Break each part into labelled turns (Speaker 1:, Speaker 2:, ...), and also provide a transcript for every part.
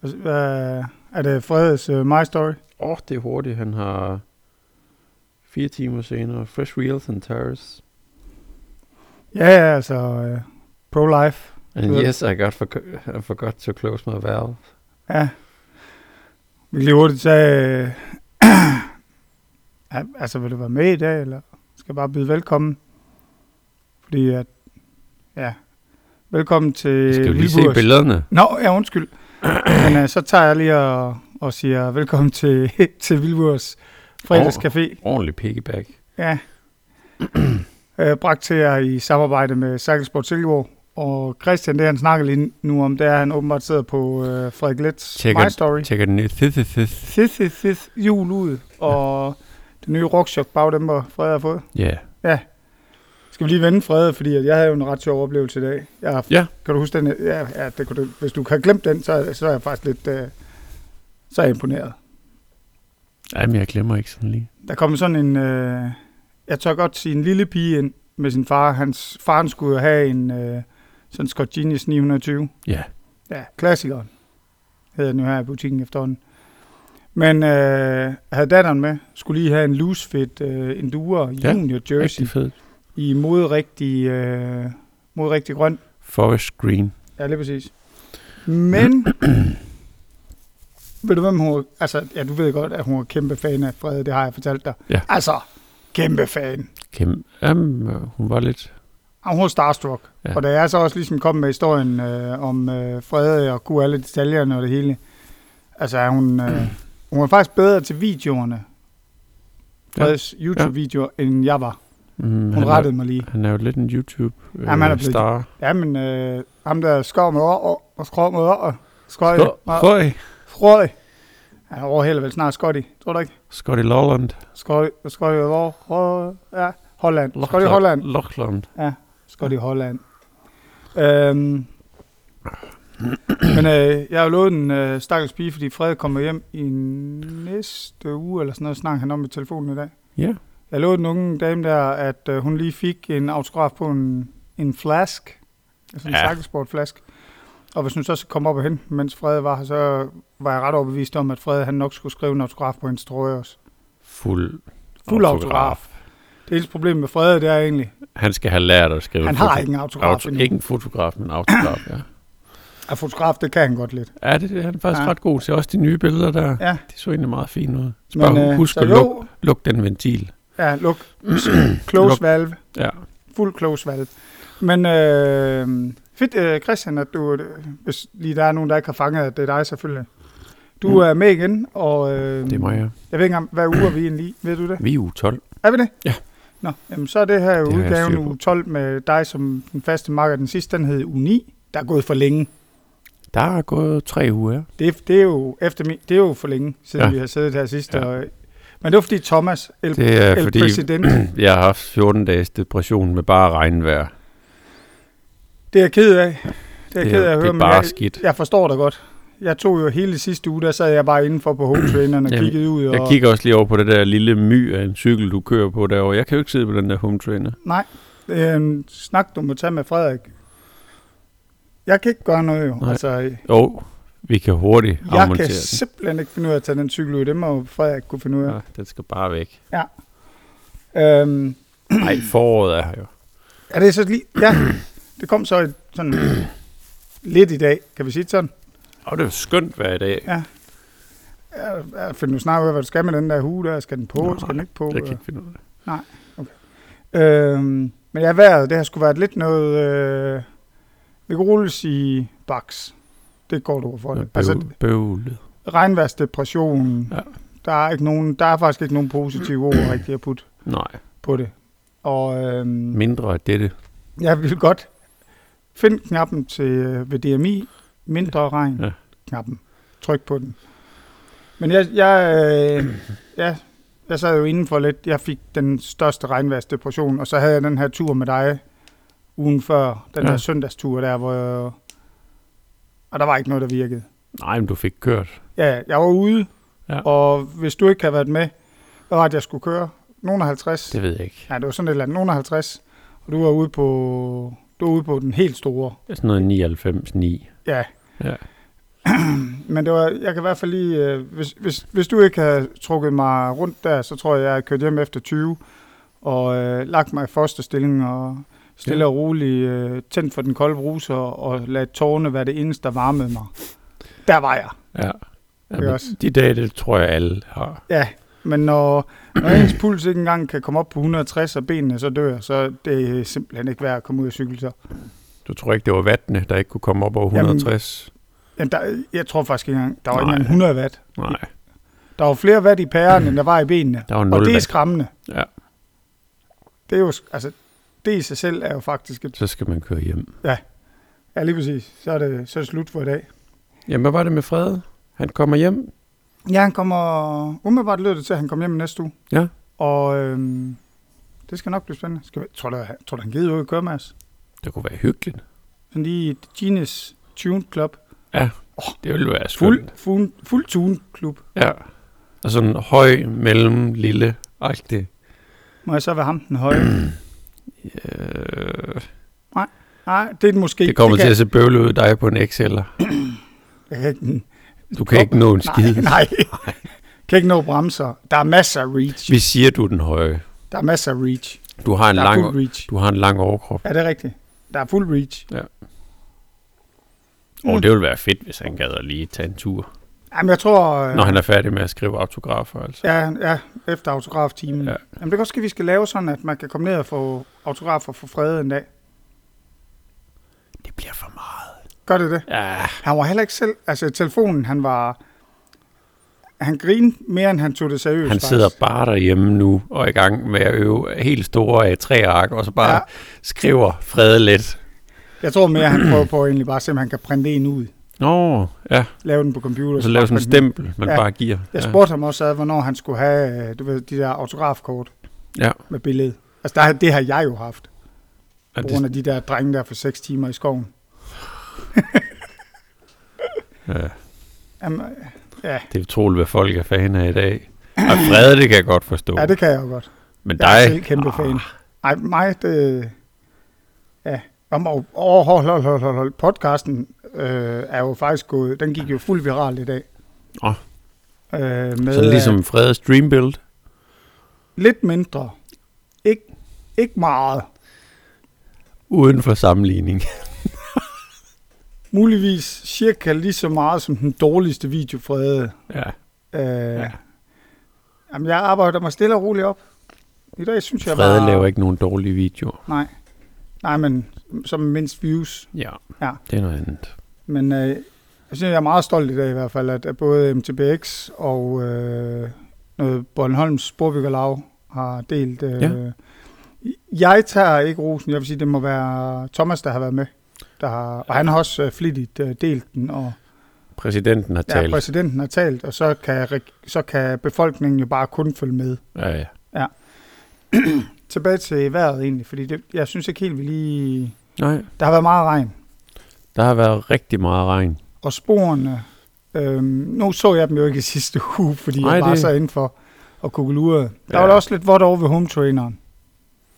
Speaker 1: Hvad, er det Freds uh, My Story?
Speaker 2: Åh, oh, det er hurtigt. Han har fire timer senere. Fresh Wheels and Tires.
Speaker 1: Ja, ja, altså uh, pro-life.
Speaker 2: And yes, I, got forco- I forgot to close my valve.
Speaker 1: Ja. Vi kan lige hurtigt tage... øh, ja, altså, vil du være med i dag, eller skal jeg bare byde velkommen? Fordi at... Ja. Velkommen til
Speaker 2: Jeg skal jo lige se
Speaker 1: Vildburs.
Speaker 2: billederne.
Speaker 1: Nå, ja, undskyld. Men øh, så tager jeg lige og, og siger velkommen til, til Vilvurs fredagscafé.
Speaker 2: Ordentlig piggyback.
Speaker 1: Ja. øh, bragt til jer i samarbejde med Cykelsport Silkeborg. Og Christian, det han snakker lige nu om, det er, at han åbenbart sidder på øh, Frederik Lets
Speaker 2: Tjekker-
Speaker 1: My Story.
Speaker 2: Tjekker den nye synthesis.
Speaker 1: Sith, sith, sith, jul ud. Og den nye rockshop bagdæmper, Frederik har fået.
Speaker 2: Ja. Yeah.
Speaker 1: Skal vi lige vende Frederik, fordi at jeg havde jo en ret sjov oplevelse i dag. Jeg,
Speaker 2: Ja.
Speaker 1: Kan du huske den? Ja, ja det kunne du, hvis du kan glemme den, så, så er jeg faktisk lidt... Øh, så er jeg imponeret.
Speaker 2: Jamen, jeg glemmer ikke sådan lige.
Speaker 1: Der kom sådan en, øh, jeg tør godt sige, en lille pige ind med sin far. Hans faren skulle jo have en øh, sådan Scott Genius 920.
Speaker 2: Ja.
Speaker 1: Ja, klassikeren hedder den jo her i butikken efterhånden. Men øh, havde datteren med, skulle lige have en loose fit øh, Enduro
Speaker 2: Ja,
Speaker 1: Junior Jersey
Speaker 2: Rigtig fed.
Speaker 1: i modrigtig, øh, modrigtig grøn.
Speaker 2: Forest Green.
Speaker 1: Ja, lige præcis. Men, ved du hvem hun Altså, ja, du ved godt, at hun er kæmpe fan af Frede, det har jeg fortalt dig.
Speaker 2: Ja.
Speaker 1: Altså, kæmpe fan.
Speaker 2: Kæm- Jamen, øh, hun var lidt...
Speaker 1: Og Ah, hun var starstruck. Ja.
Speaker 2: Ja.
Speaker 1: Og da jeg så også ligesom kom med historien øh, om øh, Frede og kunne alle detaljerne og det hele, altså er hun, øh, hun var faktisk bedre til videoerne,
Speaker 2: Ja.
Speaker 1: Fredes YouTube-videoer, ja. end jeg var.
Speaker 2: Mm,
Speaker 1: Hun
Speaker 2: han
Speaker 1: rettede mig lige.
Speaker 2: Er, han er jo lidt en YouTube-star. Øh,
Speaker 1: Jamen, han er blevet-
Speaker 2: star.
Speaker 1: Ja, men øh, ham der skov med år og, og skrov med år og skrøj
Speaker 2: Skå-
Speaker 1: og
Speaker 2: Høj!
Speaker 1: skrøj. Han overhælder vel snart Scotty, tror du ikke?
Speaker 2: Scotty Lolland.
Speaker 1: Scotty, Scotty, hvor? Hvor- Ja, Holland. Scotty Holland.
Speaker 2: Lachlan.
Speaker 1: Scott i Holland. Øhm, men øh, jeg har jo lovet en øh, stakkels pige, fordi Fred kommer hjem i næste uge, eller sådan noget, snakker han om i telefonen i dag.
Speaker 2: Ja.
Speaker 1: Jeg lovede den unge dame der, at øh, hun lige fik en autograf på en, en flask, sådan en
Speaker 2: Ja.
Speaker 1: ja. flask. Og hvis hun så kom op og hente den, mens Fred var her, så var jeg ret overbevist om, at Fred han nok skulle skrive en autograf på hendes trøje også.
Speaker 2: Fuld,
Speaker 1: Fuld autograf. Det eneste problem med Fred, det er egentlig,
Speaker 2: Han skal have lært at skrive
Speaker 1: han
Speaker 2: en
Speaker 1: har
Speaker 2: foto-
Speaker 1: ikke en autograf
Speaker 2: auto-
Speaker 1: endnu.
Speaker 2: Ikke en fotograf, men en autograf, ja.
Speaker 1: At fotograf, det kan han godt lidt.
Speaker 2: Ja, det, det- han er faktisk
Speaker 1: Ja.
Speaker 2: ja. ret god til. Også de nye billeder der,
Speaker 1: Ja.
Speaker 2: ja. de så egentlig meget fine ud. Så bare Men, husk
Speaker 1: øh, så
Speaker 2: at
Speaker 1: jo,
Speaker 2: luk, luk den ventil.
Speaker 1: Ja, luk. close
Speaker 2: Luk.
Speaker 1: valve.
Speaker 2: Ja,
Speaker 1: Fuld close valve. Men øh, fedt, øh, Christian, at du, øh, hvis lige der er nogen, der ikke har fanget, at det er dig selvfølgelig. Du
Speaker 2: Mm.
Speaker 1: er med igen, og øh,
Speaker 2: det må jeg.
Speaker 1: jeg ved ikke engang, hvad uge er vi egentlig i, ved du det?
Speaker 2: Vi er uge 12.
Speaker 1: Er vi det?
Speaker 2: Ja.
Speaker 1: Nå, jamen, så er det her jo
Speaker 2: Det har jeg
Speaker 1: udgaven
Speaker 2: styr på.
Speaker 1: uge 12 med dig som den faste marker. Den sidste, den hed uge 9. Der er gået for længe.
Speaker 2: Der er gået tre uger.
Speaker 1: Det, det, er, jo efter min, det er jo for længe, siden ja.
Speaker 2: Ja.
Speaker 1: vi har siddet her sidst. Ja.
Speaker 2: Ja.
Speaker 1: Og, men det var fordi Thomas, El,
Speaker 2: Det er
Speaker 1: El
Speaker 2: fordi,
Speaker 1: President,
Speaker 2: jeg har haft 14 dages depression med bare regnvejr.
Speaker 1: det er jeg ked af. Det er jeg ked af at
Speaker 2: det
Speaker 1: høre,
Speaker 2: er
Speaker 1: men
Speaker 2: bare
Speaker 1: jeg,
Speaker 2: skidt.
Speaker 1: Jeg forstår dig godt. Jeg tog jo hele sidste uge, der sad jeg bare indenfor på hometraineren og
Speaker 2: Jamen,
Speaker 1: kiggede ud. Og,
Speaker 2: Jeg kigger også lige over på det der lille my af en cykel, du kører på derovre. Jeg kan jo ikke sidde på den der home trainer.
Speaker 1: Øhm, snak du må tage med Frederik. Jeg kan ikke gøre noget jo.
Speaker 2: Nej.
Speaker 1: Altså, jeg
Speaker 2: Jo, vi kan hurtigt afmontere
Speaker 1: kan
Speaker 2: den.
Speaker 1: simpelthen ikke finde ud af at tage den cykel ud. Det må Frederik kunne finde ud af.
Speaker 2: Ja, den skal bare væk.
Speaker 1: Ja. Øhm,
Speaker 2: Nej, foråret er her jo.
Speaker 1: er det så lige... Ja, det kom så et, sådan lidt i dag, kan vi sige det sådan.
Speaker 2: Og det er skønt hver dag.
Speaker 1: Ja. Jeg, jeg finder nu snart ud af, hvad du skal med den der hue der. Skal den på?
Speaker 2: Nej,
Speaker 1: skal den ikke på? øh,
Speaker 2: Jeg kan ikke finde ud af det.
Speaker 1: Øhm, men ja, vejret, det har sgu været lidt noget, øh, vi kan roligt sige baks. Det er et godt ord for det.
Speaker 2: Bøv,
Speaker 1: Altså,
Speaker 2: bøvlet.
Speaker 1: regnværsdepression, ja.
Speaker 2: Ja.
Speaker 1: der, er ikke nogen, der er faktisk ikke nogen positive ord rigtig at putte
Speaker 2: Nej,
Speaker 1: på det. Og øhm,
Speaker 2: mindre af dette.
Speaker 1: jeg vil godt finde knappen til øh, ved DMI, mindre regn, ja.
Speaker 2: Ja.
Speaker 1: knappen. Tryk på den. Men jeg, jeg, øh, ja, jeg sad jo indenfor lidt. Jeg fik den største regnværsdepression, og så havde jeg den her tur med dig ugen før, den ja.
Speaker 2: Ja.
Speaker 1: her søndagstur der, hvor jeg, og der var ikke noget, der virkede.
Speaker 2: Nej, men du fik kørt.
Speaker 1: Ja, jeg var ude, ja.
Speaker 2: Ja.
Speaker 1: og hvis du ikke havde været med, hvad var det, jeg skulle køre? Nogen af 50?
Speaker 2: Det ved jeg ikke.
Speaker 1: Ja, det var sådan et eller andet. Nogen af 50. Og du var ude på, du var ude på den helt store.
Speaker 2: Sådan noget 99, 9.
Speaker 1: Ja.
Speaker 2: Ja.
Speaker 1: men det var, jeg kan i hvert fald lige, øh, hvis, hvis, hvis du ikke havde trukket mig rundt der, så tror jeg, jeg havde kørt hjem efter 20, og øh, lagt mig i fosterstilling, og stille
Speaker 2: Ja.
Speaker 1: ja. og roligt øh, tændt for den kolde bruser, og ladt tårne være det eneste, der varmede mig. Der var jeg.
Speaker 2: Ja.
Speaker 1: Ikke
Speaker 2: Jamen,
Speaker 1: også?
Speaker 2: de dage, det tror jeg alle har.
Speaker 1: Ja, men når, når ens puls ikke engang kan komme op på 160, og benene så dør, så det er simpelthen ikke værd at komme ud og cykle så.
Speaker 2: Du tror ikke, det var vattene, der ikke kunne komme op over
Speaker 1: Jamen,
Speaker 2: 160?
Speaker 1: Jamen, der, jeg tror faktisk ikke engang, der var ikke
Speaker 2: Nej.
Speaker 1: engang 100 watt.
Speaker 2: Nej,
Speaker 1: Der var flere watt i pæren, end der var i benene.
Speaker 2: der var 0
Speaker 1: Og det er
Speaker 2: watt.
Speaker 1: skræmmende.
Speaker 2: Ja.
Speaker 1: Det er jo, sk- altså, det i sig selv er jo faktisk et,
Speaker 2: Så skal man køre hjem.
Speaker 1: ja lige præcis, så er det, så er det slut for i dag.
Speaker 2: Jamen, hvad var det med Frede? Han kommer hjem.
Speaker 1: Ja, han kommer, umiddelbart lød det til, at han kommer hjem i næste uge.
Speaker 2: Ja.
Speaker 1: Og øhm, det skal nok blive spændende. Skal vi, tror du, han- tror du, han gider ud at køre med os?
Speaker 2: Det kunne være hyggeligt.
Speaker 1: Sådan lige et Genius Tune Club.
Speaker 2: Det ville være skønt.
Speaker 1: Fuld, fuld, fuld Tune Club.
Speaker 2: Ja. Og sådan høj, mellem, lille, agtig.
Speaker 1: Må jeg så være ham den høje?
Speaker 2: Øh,
Speaker 1: Nej, det er den måske
Speaker 2: det kommer
Speaker 1: det
Speaker 2: til
Speaker 1: kan,
Speaker 2: at se bøvlet ud af dig på en Excel'er.
Speaker 1: Jeg kan ikke,
Speaker 2: Du kan ikke nå en skid.
Speaker 1: Nej, nej. kan ikke nå bremser. Der er masser af reach.
Speaker 2: Vi siger, du er den høje.
Speaker 1: Der er masser af reach.
Speaker 2: Du har en,
Speaker 1: der er
Speaker 2: lang,
Speaker 1: fuld reach.
Speaker 2: du har en lang overkrop.
Speaker 1: Ja, det er rigtigt. Der er fuld reach.
Speaker 2: Og
Speaker 1: Mm.
Speaker 2: det ville være fedt, hvis han gad at lige tage en tur.
Speaker 1: Jamen, jeg tror... øh,
Speaker 2: Når han er færdig med at skrive autografer, altså.
Speaker 1: Ja, ja, efter autograftimen.
Speaker 2: Ja.
Speaker 1: Ja. Jamen, det kan også ske, at vi skal lave sådan, at man kan komme ned og få autografer for Frede en dag.
Speaker 2: Det bliver for meget.
Speaker 1: Gør det det?
Speaker 2: Ja,
Speaker 1: Han var heller ikke selv... Altså, i telefonen, han var... Han grinede mere, end han tog det seriøst.
Speaker 2: han
Speaker 1: faktisk.
Speaker 2: sidder bare derhjemme nu og er i gang med at øve helt store A3-ark, og så bare ja.
Speaker 1: Ja.
Speaker 2: skriver Frede lidt.
Speaker 1: Jeg tror mere, han prøver på egentlig bare, se, om han kan printe en ud.
Speaker 2: Nå, ja.
Speaker 1: Lave den på computer.
Speaker 2: Og så laver sådan
Speaker 1: bare
Speaker 2: en
Speaker 1: printe den.
Speaker 2: stempel, man ja.
Speaker 1: Ja.
Speaker 2: bare giver.
Speaker 1: Jeg
Speaker 2: ja.
Speaker 1: spurgte ham også, ad, hvornår han skulle have øh, du ved, de der autografkort
Speaker 2: Ja.
Speaker 1: med billede. Altså, der, har- det har jeg jo haft. På
Speaker 2: Ja, det-
Speaker 1: grund af de der drenge der for 6 timer i skoven.
Speaker 2: ja.
Speaker 1: Jamen, øh, ja.
Speaker 2: Det er utroligt, hvad folk er fan af i dag. Og Frede, det kan jeg godt forstå.
Speaker 1: ja, det kan jeg jo godt.
Speaker 2: Men dig,
Speaker 1: Jeg er selv kæmpe
Speaker 2: Ah,
Speaker 1: fan. Ej, mig, det... Ja. Om, og, og, hold, hold, hold, hold, hold. Podcasten øh, er jo faktisk gået... Den gik jo fuld viral i dag.
Speaker 2: Åh.
Speaker 1: Øh, med
Speaker 2: Sådan
Speaker 1: ligesom...
Speaker 2: ligesom Fredes Dreambuild.
Speaker 1: lidt mindre. Ikke, ikke meget.
Speaker 2: Uden for sammenligning.
Speaker 1: Muligvis cirka lige så meget som den dårligste video, Frede.
Speaker 2: ja.
Speaker 1: Øh,
Speaker 2: Ja.
Speaker 1: ja. Jamen, jeg arbejder mig stille og roligt op. I dag synes jeg
Speaker 2: Frede
Speaker 1: bare...
Speaker 2: laver ikke nogen dårlige videoer.
Speaker 1: Nej. Nej, men som mindst views.
Speaker 2: Ja.
Speaker 1: Ja.
Speaker 2: Det er noget andet.
Speaker 1: Men øh, jeg synes, jeg er meget stolt i dag i hvert fald, at, at både MTBX og øh, noget Bornholms Borbyggerlag har delt... Øh,
Speaker 2: Ja.
Speaker 1: ja. Jeg tager ikke rosen. Jeg vil sige, det må være Thomas, der har været med. Der har, og han har også øh, flittigt øh, delt den, og
Speaker 2: Præsidenten har
Speaker 1: ja,
Speaker 2: talt.
Speaker 1: præsidenten har talt, og så kan, reg- så kan befolkningen jo bare kun følge med.
Speaker 2: Ja, ja.
Speaker 1: Tilbage til vejret egentlig, fordi det, jeg synes ikke helt, vi lige...
Speaker 2: Nej,
Speaker 1: Der har været meget regn,
Speaker 2: der har været rigtig meget regn.
Speaker 1: og sporene... Øhm, nu så jeg dem jo ikke i sidste uge, fordi
Speaker 2: Nej,
Speaker 1: jeg var
Speaker 2: det-
Speaker 1: det... så indenfor og kugelurede. Der
Speaker 2: Ja.
Speaker 1: ja. var der også lidt vådt over ved home traineren.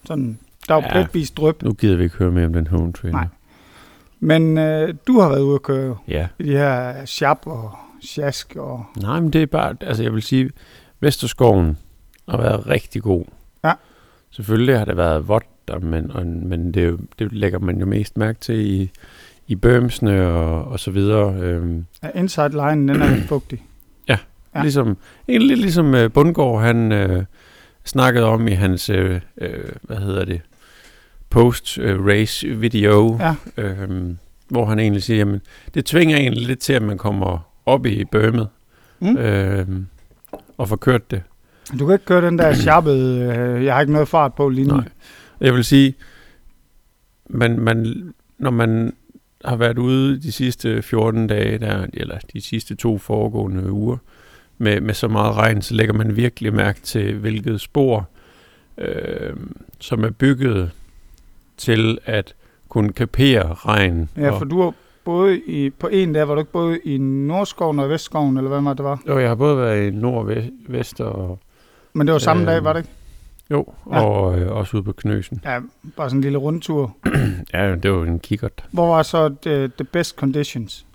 Speaker 1: Sådan, der var
Speaker 2: Ja.
Speaker 1: ja. pletvis drøb.
Speaker 2: Nu gider vi ikke høre mere om den home trainer.
Speaker 1: Nej. Men øh, du har været ude at køre
Speaker 2: Ja.
Speaker 1: i de her sharp og sjask og...
Speaker 2: Nej, men det er bare, altså jeg vil sige, Vesterskoven har været rigtig god.
Speaker 1: Ja.
Speaker 2: Selvfølgelig har det været vådt, der, men, og, men det, er jo- det lægger man jo mest mærke til i, i bømsene og, og så videre. Øhm,
Speaker 1: Ja, inside line, den er lidt fugtig.
Speaker 2: ja.
Speaker 1: Ja.
Speaker 2: ligesom, egentlig lidt ligesom øh, Bundgaard, han øh, snakkede om i hans, øh, øh, hvad hedder det, post-race video,
Speaker 1: Ja.
Speaker 2: øhm, hvor han egentlig siger, jamen, det tvinger egentlig lidt til, at man kommer op i bømmet
Speaker 1: Mm.
Speaker 2: øhm, og får kørt det.
Speaker 1: Du kan ikke køre den der sharpede, øh, jeg har ikke noget fart på lige nu.
Speaker 2: Nej. Jeg vil sige, man, man, når man har været ude de sidste 14 dage, der, eller de sidste to foregående uger, med, med så meget regn, så lægger man virkelig mærke til, hvilket spor, øh, som er bygget til at kunne kapere regn.
Speaker 1: Ja,
Speaker 2: og,
Speaker 1: for du var både i, på en dag, var du ikke både i Nordskoven og Vestskoven, eller hvad var det var?
Speaker 2: og jeg har både været i nord, vest, vest og,
Speaker 1: Men det var samme
Speaker 2: Øh,
Speaker 1: øh, dag, var det ikke?
Speaker 2: jo,
Speaker 1: Ja.
Speaker 2: og øh, også ude på Knøsen.
Speaker 1: Ja, bare sådan en lille rundtur.
Speaker 2: Ja, det var jo en kikkert.
Speaker 1: Hvor var så det, the best øh, conditions?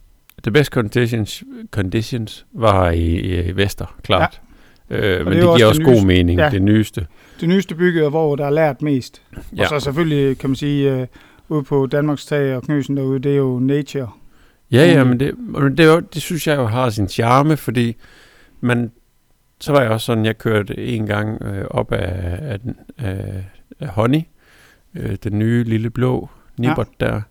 Speaker 2: The best conditions, conditions var i, i Vester, klart. Ja. Øh, men det, det
Speaker 1: jo også
Speaker 2: giver også
Speaker 1: det
Speaker 2: god
Speaker 1: nyeste.
Speaker 2: mening,
Speaker 1: Ja.
Speaker 2: det nyeste.
Speaker 1: Det nyeste bygget, hvor der er lært mest. Ja.
Speaker 2: Ja.
Speaker 1: Og så selvfølgelig, kan man sige, øh, ude på Danmarks tag og Knøsen derude, det er jo nature.
Speaker 2: Ja, ja,
Speaker 1: Mm.
Speaker 2: men det, men det, er jo- det synes jeg jo har sin charme, fordi man, så var jeg også sådan, jeg kørte en gang øh, op af, af, den, af, af Honey, øh, den nye lille blå Nibbert ja. der,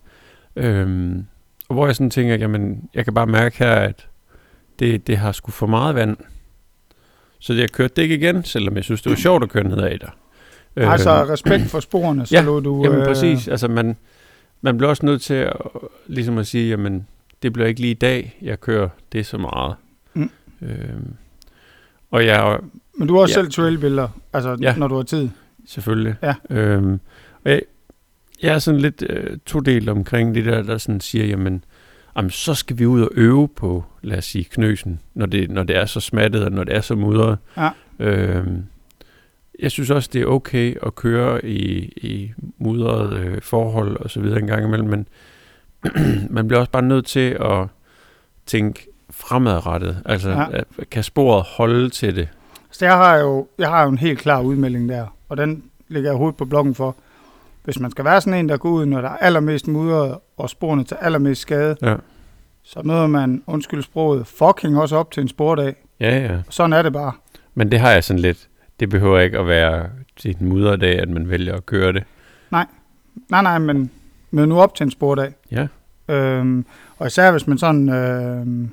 Speaker 2: øhm, og hvor jeg sådan tænker, jamen, jeg kan bare mærke her, at det, det har sgu for meget vand. Så jeg kørte det ikke igen, selvom jeg synes, det var sjovt at køre nedad der. Øhm.
Speaker 1: Øh, altså respekt for sporene, så
Speaker 2: ja,
Speaker 1: lå du... øh,
Speaker 2: Jamen præcis, altså man, man bliver også nødt til at, ligesom at sige, jamen det bliver ikke lige i dag, jeg kører det så meget.
Speaker 1: Mm.
Speaker 2: Øhm, og jeg er jo-
Speaker 1: Men du har også
Speaker 2: Ja.
Speaker 1: selv trailbilleder, altså ja.
Speaker 2: Ja.
Speaker 1: når du har tid.
Speaker 2: selvfølgelig,
Speaker 1: Ja.
Speaker 2: øhm, og jeg, jeg er sådan lidt øh, todelt omkring det der, der sådan siger, jamen, jamen så skal vi ud og øve på, lad os sige, knøsen, når det, når det er så smattet, og når det er så mudret.
Speaker 1: Ja.
Speaker 2: Øhm, jeg synes også, det er okay at køre i, i mudrede øh, forhold og så videre en gang imellem, men man bliver også bare nødt til at tænke fremadrettet. Altså,
Speaker 1: Ja.
Speaker 2: ja. kan sporet holde til det?
Speaker 1: Så jeg har, jo, jeg har jo en helt klar udmelding der, og den ligger jeg hovedet på bloggen for. Hvis man skal være sådan en, der går ud, når der er allermest mudret, og sporene til allermest skade,
Speaker 2: Ja,
Speaker 1: så møder man, undskyld sproget, fucking også op til en spordag.
Speaker 2: ja. ja.
Speaker 1: Sådan er det bare.
Speaker 2: Men det har jeg sådan lidt. Det behøver ikke at være til en mudderdag, at man vælger at køre det.
Speaker 1: Nej, nej, men mød nu op til en spordag.
Speaker 2: Ja.
Speaker 1: Øhm, og især hvis man sådan øhm,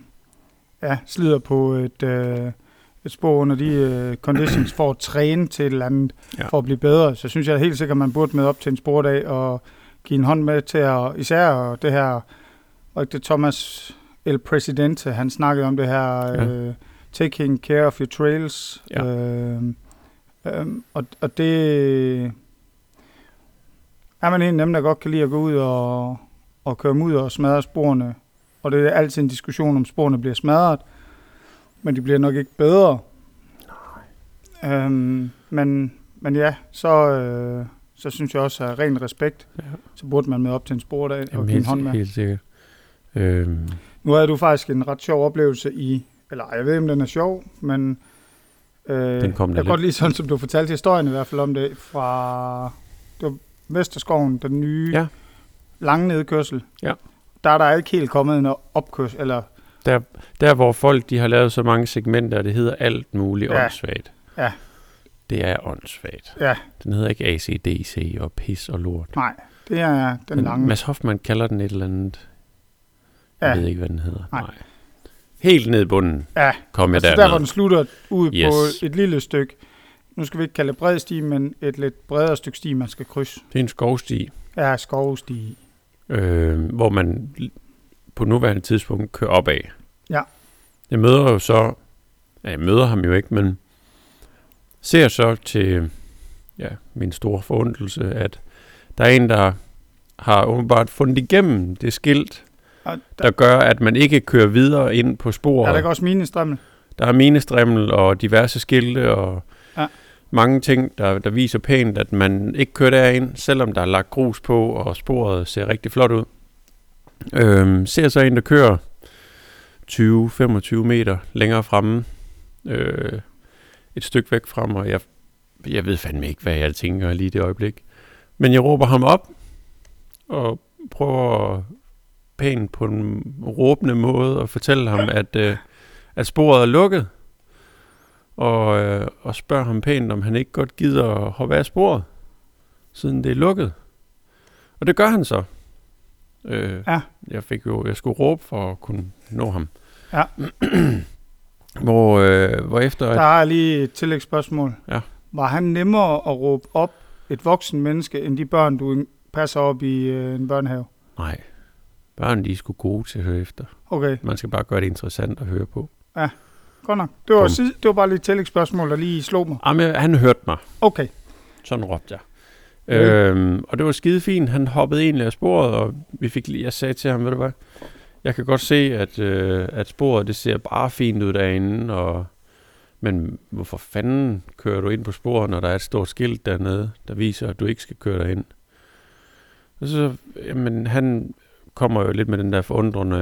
Speaker 1: ja, slider på et, øh, et spor under de øh, conditions for at træne til et eller andet, ja.
Speaker 2: Ja.
Speaker 1: for at blive bedre, så synes jeg helt sikkert, man burde møde op til en spordag og give en hånd med til at, især det her, og det Thomas El Presidente, han snakkede om det her,
Speaker 2: Ja.
Speaker 1: øh, taking care of your trails,
Speaker 2: Ja.
Speaker 1: øhm, øhm, og, og det, er man en af dem, der godt kan lide at gå ud og, og køre ud og smadre sporene, og det er altid en diskussion, om sporene bliver smadret, men de bliver nok ikke bedre. Nej. Øhm, men, men ja, så, øh, så synes jeg også, at ren respekt,
Speaker 2: Ja.
Speaker 1: så burde man møde op til en spordag og give en
Speaker 2: helt,
Speaker 1: hånd med.
Speaker 2: helt sikkert. Øhm,
Speaker 1: Nu havde du faktisk en ret sjov oplevelse i, eller ej, jeg ved ikke, om den er sjov, men øh, den
Speaker 2: kom
Speaker 1: jeg kan
Speaker 2: der lidt.
Speaker 1: godt lige sådan, som du fortalte historien i hvert fald om det, fra det var Vesterskoven, den nye
Speaker 2: Ja.
Speaker 1: lange nedkørsel.
Speaker 2: Ja.
Speaker 1: Der er der ikke helt kommet en opkørsel, eller
Speaker 2: der, hvor folk de har lavet så mange segmenter, det hedder alt muligt
Speaker 1: Ja.
Speaker 2: ja. åndssvagt.
Speaker 1: Ja.
Speaker 2: Det er åndssvagt.
Speaker 1: Ja.
Speaker 2: Den hedder ikke ACDC og pis og lort.
Speaker 1: nej, det er den
Speaker 2: Men
Speaker 1: lange.
Speaker 2: Mads Hoffmann kalder den et eller andet.
Speaker 1: Ja.
Speaker 2: Ja. Jeg ved ikke, hvad den hedder.
Speaker 1: Nej.
Speaker 2: Helt ned i bunden
Speaker 1: Ja,
Speaker 2: kom jeg
Speaker 1: altså
Speaker 2: altså,
Speaker 1: der, hvor den slutter ud yes.
Speaker 2: Yes.
Speaker 1: på et lille stykke. Nu skal vi ikke kalde det bred sti, men et lidt bredere stykke sti, man skal krydse.
Speaker 2: Det er en skovsti,
Speaker 1: Ja, skovsti.
Speaker 2: øh, hvor man l- på nuværende tidspunkt kører opad.
Speaker 1: Ja.
Speaker 2: Jeg møder jo så... Ja, jeg møder ham jo ikke, men ser så til ja, min store forundelse, at der er en, der har åbenbart fundet igennem det skilt,
Speaker 1: Og der,
Speaker 2: der gør, at man ikke kører videre ind på
Speaker 1: der,
Speaker 2: sporet.
Speaker 1: er der ikke også minestrømmel?
Speaker 2: Der er minestrimmel og diverse skilte og
Speaker 1: Ja.
Speaker 2: ja. mange ting, der, der viser pænt, at man ikke kører derind, selvom der er lagt grus på, og sporet ser rigtig flot ud. Øhm, ser så en, der kører 20-25 meter længere fremme, øh, et stykke væk frem, og jeg, jeg ved fandme ikke, hvad jeg tænker lige i det øjeblik. Men jeg råber ham op, og prøver pænt på en råbende måde at fortælle ham, at... Øh, at sporet er lukket, og, øh, og spørger ham pænt, om han ikke godt gider at hoppe af sporet, siden det er lukket. Og det gør han så. Øh,
Speaker 1: Ja.
Speaker 2: Jeg fik jo, jeg skulle råbe for at kunne nå ham.
Speaker 1: Ja.
Speaker 2: hvor, øh, hvor efter
Speaker 1: Der
Speaker 2: at,
Speaker 1: har jeg lige et tillægsspørgsmål.
Speaker 2: Ja.
Speaker 1: Var han nemmere at råbe op et voksen menneske, end de børn, du passer op i øh, en børnehave?
Speaker 2: nej, børn de er sgu gode til at høre efter.
Speaker 1: Okay,
Speaker 2: Man skal bare gøre det interessant at høre på.
Speaker 1: godt nok. Det var,
Speaker 2: Bum.
Speaker 1: sid- det var bare lige et tillægsspørgsmål, der lige slog mig.
Speaker 2: Jamen, jeg- han hørte mig.
Speaker 1: Okay,
Speaker 2: Sådan råbte jeg.
Speaker 1: Ja.
Speaker 2: Øhm, og det var skide fint. Han hoppede egentlig af sporet, og vi fik lige, jeg sagde til ham, ved du hvad, jeg kan godt se, at, øh, at sporet, det ser bare fint ud derinde, og, men hvorfor fanden kører du ind på sporet, når der er et stort skilt dernede, der viser, at du ikke skal køre derind? Og så, jamen, han kommer jo lidt med den der forundrende,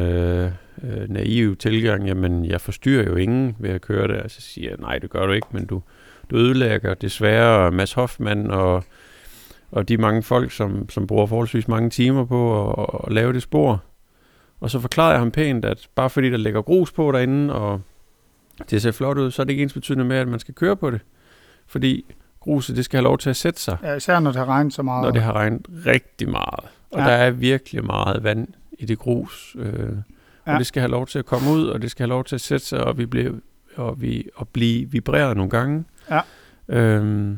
Speaker 2: øh, øh, naive tilgang, jamen jeg forstyrrer jo ingen ved at køre der. Så siger jeg, nej, det gør du ikke, men du, du ødelægger desværre Mads Hoffmann og, og de mange folk, som, som bruger forholdsvis mange timer på at, at, at lave det spor. Og så forklarede jeg ham pænt, at bare fordi der ligger grus på derinde, og det ser flot ud, så er det ikke ens betydende med, at man skal køre på det. Fordi gruset, det skal have lov til at sætte sig,
Speaker 1: Ja, især når det har regnet så meget.
Speaker 2: når det har regnet rigtig meget. Og
Speaker 1: Ja.
Speaker 2: ja. der er virkelig meget vand i det grus. Øh, ja.
Speaker 1: Ja.
Speaker 2: Og det skal have lov til at komme ud, og det skal have lov til at sætte sig, og vi bliver og vi og blive vibreret nogle gange.
Speaker 1: Ja.
Speaker 2: Øhm,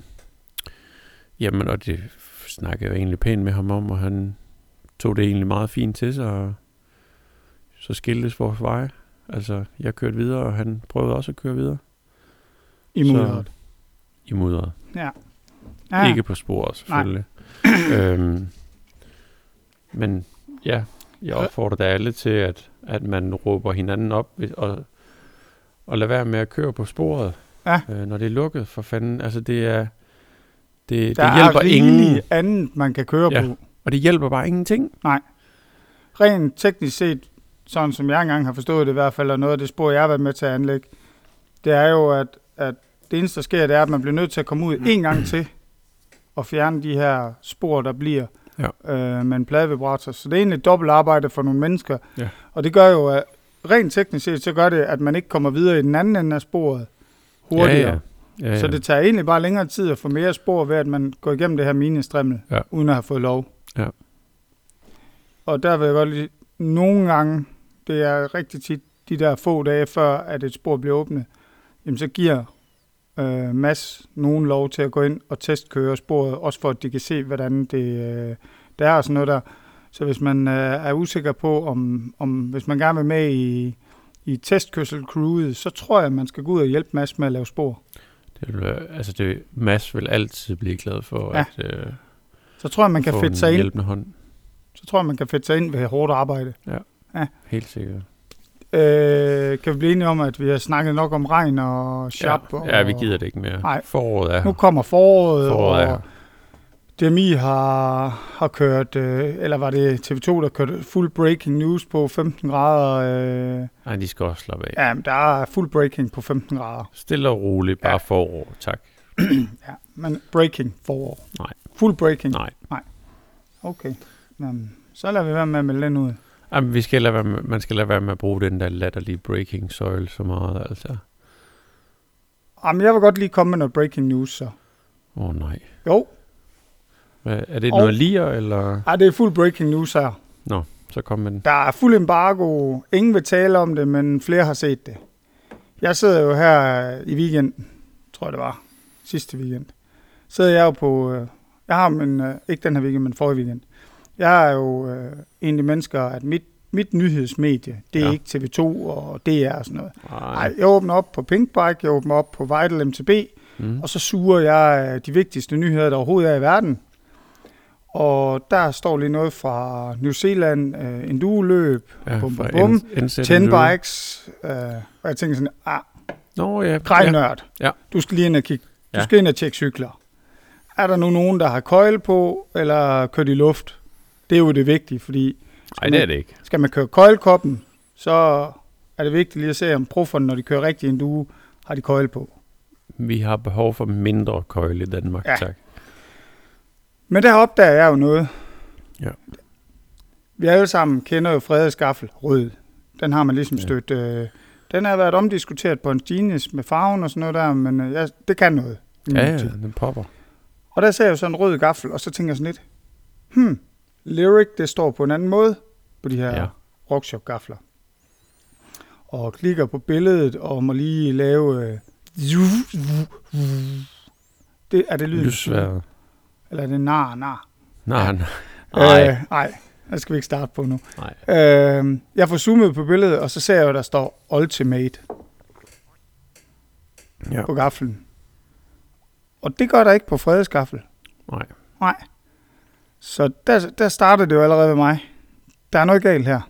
Speaker 2: jamen, og det snakkede jeg jo egentlig pænt med ham om, og han tog det egentlig meget fint til sig, og så skiltes vores veje. Altså, jeg kørte videre, og han prøvede også at køre videre.
Speaker 1: I mudderet.
Speaker 2: Så, I mudderet.
Speaker 1: Ja,
Speaker 2: Ikke på sporet, selvfølgelig. øhm, men ja, jeg opfordrer da alle til, at, at man råber hinanden op hvis- og, og lader være med at køre på sporet,
Speaker 1: Ja.
Speaker 2: øh, når det er lukket for fanden. Altså det er, det,
Speaker 1: der
Speaker 2: det hjælper
Speaker 1: er
Speaker 2: ingen,
Speaker 1: rigeligt andet, man kan køre
Speaker 2: Ja.
Speaker 1: på.
Speaker 2: og det hjælper bare ingenting.
Speaker 1: Rent teknisk set, sådan som jeg engang har forstået det i hvert fald, og noget af det spor, jeg har været med til at anlægge, det er jo, at, at det eneste, der sker, det er, at man bliver nødt til at komme
Speaker 2: Mm.
Speaker 1: ud en gang til og fjerne de her spor, der bliver ja. øh, med en pladevibrator. Så det er egentlig et dobbelt arbejde for nogle mennesker.
Speaker 2: Ja.
Speaker 1: Og det gør jo, at rent teknisk set, så gør det, at man ikke kommer videre i den anden ende af sporet hurtigere.
Speaker 2: Ja, ja. Ja, ja.
Speaker 1: Så det tager egentlig bare længere tid at få mere spor ved, at man går igennem det her minestrimmel, ja.
Speaker 2: Ja.
Speaker 1: uden at have fået lov.
Speaker 2: Ja.
Speaker 1: Og der vil jeg godt lige, nogle gange, det er rigtig tit de der få dage før, at et spor bliver åbnet, jamen så giver øh, Mads nogen lov til at gå ind og testkøre sporet, også for at de kan se, hvordan det, øh, det er og sådan noget der. Så hvis man øh, er usikker på, om, om hvis man gerne vil med i, i testkørsel-crewet, så tror jeg, at man skal gå ud og hjælpe Mads med at lave spor.
Speaker 2: det, vil, være- altså det, Mads vil altid blive glad for,
Speaker 1: Ja.
Speaker 2: at øh,
Speaker 1: Så tror jeg, man kan
Speaker 2: få
Speaker 1: fedte sig
Speaker 2: en
Speaker 1: ind.
Speaker 2: hjælpende hånd.
Speaker 1: Så tror jeg, man kan fedte sig ind ved hårdt arbejde.
Speaker 2: Helt sikkert.
Speaker 1: Øh, kan vi blive enige om, at vi har snakket nok om regn og sharp?
Speaker 2: ja.
Speaker 1: og,
Speaker 2: ja, vi gider det ikke mere.
Speaker 1: Nej.
Speaker 2: Foråret er
Speaker 1: Nu
Speaker 2: her.
Speaker 1: kommer foråret,
Speaker 2: Foråret
Speaker 1: foråret
Speaker 2: er her.
Speaker 1: og DMI har, har kørt, øh, eller var det TV2, der kørte fuld breaking news på 15 grader? Øh,
Speaker 2: Nej, de skal også slappe af.
Speaker 1: ja, men der er fuld breaking på 15 grader.
Speaker 2: Stille og roligt, bare
Speaker 1: Ja.
Speaker 2: ja. forår, tak.
Speaker 1: Ja, men breaking forår.
Speaker 2: Nej.
Speaker 1: Fuld breaking?
Speaker 2: Nej.
Speaker 1: Okay. Jamen, så lader vi være med at melde den ud.
Speaker 2: Jamen, vi skal lade være med, man skal lade være med at bruge den der latterlige breaking soil så meget, altså.
Speaker 1: Jamen, jeg vil godt lige komme med noget breaking news, så.
Speaker 2: Åh oh, nej.
Speaker 1: Jo,
Speaker 2: Hvad, er det
Speaker 1: Og-
Speaker 2: noget lige eller?
Speaker 1: ej, det er fuld breaking news her.
Speaker 2: Så kom med den.
Speaker 1: Der er fuld embargo. Ingen vil tale om det, men flere har set det. Jeg sidder jo her i weekenden, tror jeg det var, sidste weekend. Sidder jeg jo på, øh, jeg har min, øh, ikke den her weekend, men forrige weekend. Jeg er jo øh, en af de mennesker, at mit, mit nyhedsmedie, det er ja.
Speaker 2: Ja.
Speaker 1: ikke TV2 og DR og sådan noget.
Speaker 2: Nej.
Speaker 1: Nej, jeg åbner op på Pinkbike, jeg åbner op på Vital MTB,
Speaker 2: Mm.
Speaker 1: og så suger jeg øh, de vigtigste nyheder, der overhovedet er i verden. Og der står lige noget fra New Zealand, øh, endueløb,
Speaker 2: Ja,
Speaker 1: bum,
Speaker 2: fra
Speaker 1: bum,
Speaker 2: N- NZ
Speaker 1: 10
Speaker 2: Enduro.
Speaker 1: bikes, øh, og jeg tænker sådan, ah,
Speaker 2: Nå ja.
Speaker 1: grej
Speaker 2: ja.
Speaker 1: nørd,
Speaker 2: Ja.
Speaker 1: du skal lige ind og kigge, du
Speaker 2: Ja.
Speaker 1: skal ind og tjekke cykler. Er der nu nogen, der har køjle på, eller kørt i luft? Det er jo det vigtige, fordi
Speaker 2: Nej, det er det ikke.
Speaker 1: skal man køre køjlekoppen, så er det vigtigt lige at se, om profferne, når de kører rigtig en uge, har de køjle på.
Speaker 2: Vi har behov for mindre køjle i Danmark,
Speaker 1: Ja.
Speaker 2: ja. tak.
Speaker 1: Men der opdager jeg jo noget.
Speaker 2: Ja.
Speaker 1: Vi alle sammen kender jo Frede Skaffel rød. Den har man ligesom
Speaker 2: Ja.
Speaker 1: stødt. Øh, den har været omdiskuteret på en genius med farven og sådan noget der, men øh, jeg, det kan noget. i min
Speaker 2: Ja, ja,
Speaker 1: optik.
Speaker 2: den popper.
Speaker 1: Og der ser jeg jo sådan en rød gaffel, og så tænker jeg sådan lidt, hmm, lyric, det står på en anden måde på de her ja.
Speaker 2: Ja.
Speaker 1: rockshop gafler. Og klikker på billedet, og må lige lave... Øh, det, er det lyden?
Speaker 2: Lysværet.
Speaker 1: Eller er det nar, nar?
Speaker 2: Nej, nej.
Speaker 1: Nej.
Speaker 2: Ej,
Speaker 1: Øh, nej, det skal vi ikke starte på nu.
Speaker 2: nej.
Speaker 1: Øh, jeg får zoomet på billedet, og så ser jeg, at der står Ultimate
Speaker 2: Ja.
Speaker 1: på gaflen. Og det gør der ikke på fredeskaffel.
Speaker 2: Nej.
Speaker 1: Nej. Så der, der startede det jo allerede med mig. Der er noget galt her.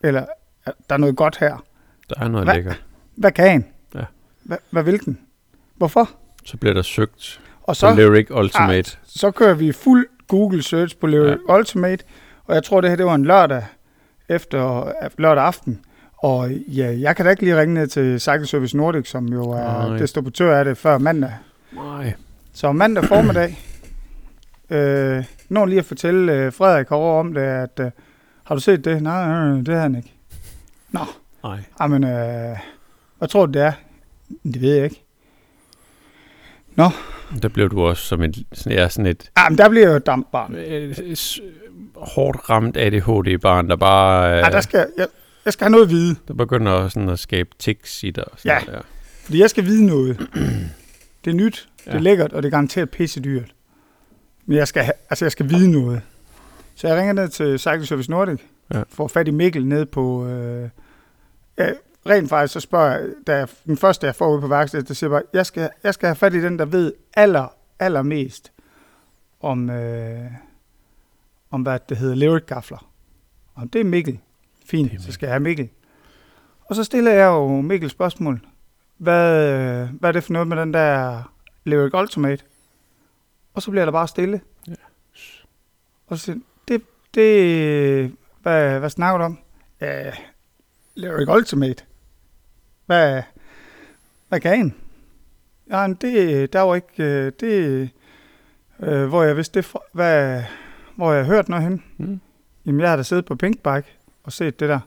Speaker 1: Eller, øh, der er noget godt her.
Speaker 2: Der er noget
Speaker 1: Hva?
Speaker 2: lækkert.
Speaker 1: Hvad kan en?
Speaker 2: Ja.
Speaker 1: Hva, hvad vil den? Hvorfor?
Speaker 2: Så bliver der søgt
Speaker 1: Og
Speaker 2: så?
Speaker 1: så,
Speaker 2: på Lyric Ultimate.
Speaker 1: så kører vi fuld Google search på Leo ja. Ultimate, og jeg tror, det her det var en lørdag efter øh, lørdag aften. Og ja, jeg kan da ikke lige ringe ned til Cycle Service Nordic, som jo er
Speaker 2: Nej.
Speaker 1: distributør af det før mandag.
Speaker 2: Nej.
Speaker 1: Så mandag formiddag, øh, når lige at fortælle øh, Frederik over om det, at øh, har du set det? Nej, nej, nej, det har han ikke.
Speaker 2: Nej.
Speaker 1: Jamen, øh, hvad tror du det er? Det ved jeg ikke.
Speaker 2: Der blev du også som en, sådan, ja, sådan et
Speaker 1: Ah, men der bliver jo et dampbarn.
Speaker 2: øh, s- hårdt ramt ADHD-barn, der bare, øh,
Speaker 1: Ja. Ah, der, skal, jeg, jeg skal have noget at vide,
Speaker 2: der begynder sådan at skabe tics i dig. og sådan
Speaker 1: Ja.
Speaker 2: noget,
Speaker 1: fordi jeg skal vide noget. Det er nyt, det er
Speaker 2: Ja.
Speaker 1: lækkert, og det er garanteret pisse dyrt. Men jeg skal, ha- altså, jeg skal vide noget. Så jeg ringer ned til Cycle Service Nordic,
Speaker 2: Ja.
Speaker 1: ja. får fat i Mikkel ned på... Øh, ja, rent faktisk, så spørger jeg, da jeg, den første, jeg får ude på værkstedet, der siger bare, jeg skal, jeg skal have fat i den, der ved aller, allermest om, øh, om hvad det hedder, lyric gafler. Og det er Mikkel. Fint,
Speaker 2: Det er
Speaker 1: så skal jeg have Mikkel. Og så stiller jeg jo Mikkel spørgsmål. Hvad, øh, hvad er det for noget med den der lyric ultimate? Og så bliver der bare stille.
Speaker 2: Ja.
Speaker 1: Og så siger han, det, det, hvad, hvad snakker du om? Øh, Lyric Ultimate. Hvad, hvad gav han? Ja, men det, der var ikke, øh, det, øh, hvor jeg vidste det fra, hvad, hvor jeg hørte noget hen.
Speaker 2: ja. Mm.
Speaker 1: Jamen, jeg har da siddet på Pinkbike og set det der.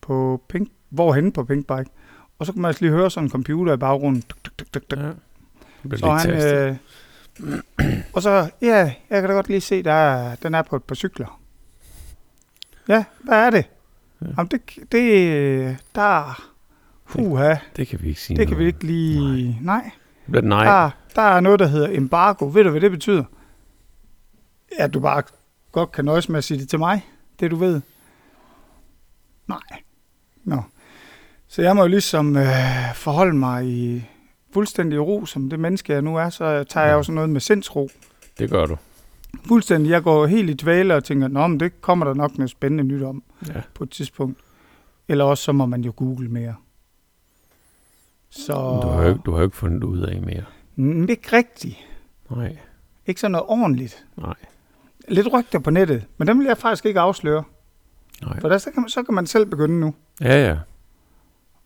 Speaker 1: På Pink, hvorhenne på Pinkbike? Og så kunne man altså lige høre sådan en computer i baggrunden. Tuk, tuk, tuk, tuk, tuk.
Speaker 2: Ja. Det blev
Speaker 1: Så
Speaker 2: lidt
Speaker 1: han,
Speaker 2: tastet.
Speaker 1: øh, og så, ja, jeg kan da godt lige se, der er, den er på et par cykler. Ja, hvad er det? Ja.
Speaker 2: Ja.
Speaker 1: Jamen, det, det, der, huha,
Speaker 2: det kan vi ikke sige
Speaker 1: det kan vi
Speaker 2: noget om.
Speaker 1: ikke Ah. lige, nej,
Speaker 2: Det bliver et nej.
Speaker 1: der, der er noget, der hedder embargo, ved du, hvad det betyder? Ja, du bare godt kan nøjes med at sige det til mig, det du ved. Nej, nå. Så jeg må jo ligesom øh, forholde mig i fuldstændig ro, som det menneske, jeg nu er, så tager jeg jo sådan noget med sindsro.
Speaker 2: Det gør du.
Speaker 1: Fuldstændig. Jeg går helt i dvale og tænker, nå, men det kommer der nok noget spændende nyt om
Speaker 2: Ja.
Speaker 1: på et tidspunkt. Eller også så må man jo google mere. Så...
Speaker 2: Du, har jo ikke, du har jo ikke fundet ud af mere.
Speaker 1: Mm, ikke rigtigt.
Speaker 2: Nej.
Speaker 1: Ikke sådan noget ordentligt.
Speaker 2: Nej.
Speaker 1: Lidt rygter på nettet, men dem vil jeg faktisk ikke afsløre.
Speaker 2: Nej.
Speaker 1: For der, så, kan man, så kan man selv begynde nu.
Speaker 2: Ja, ja.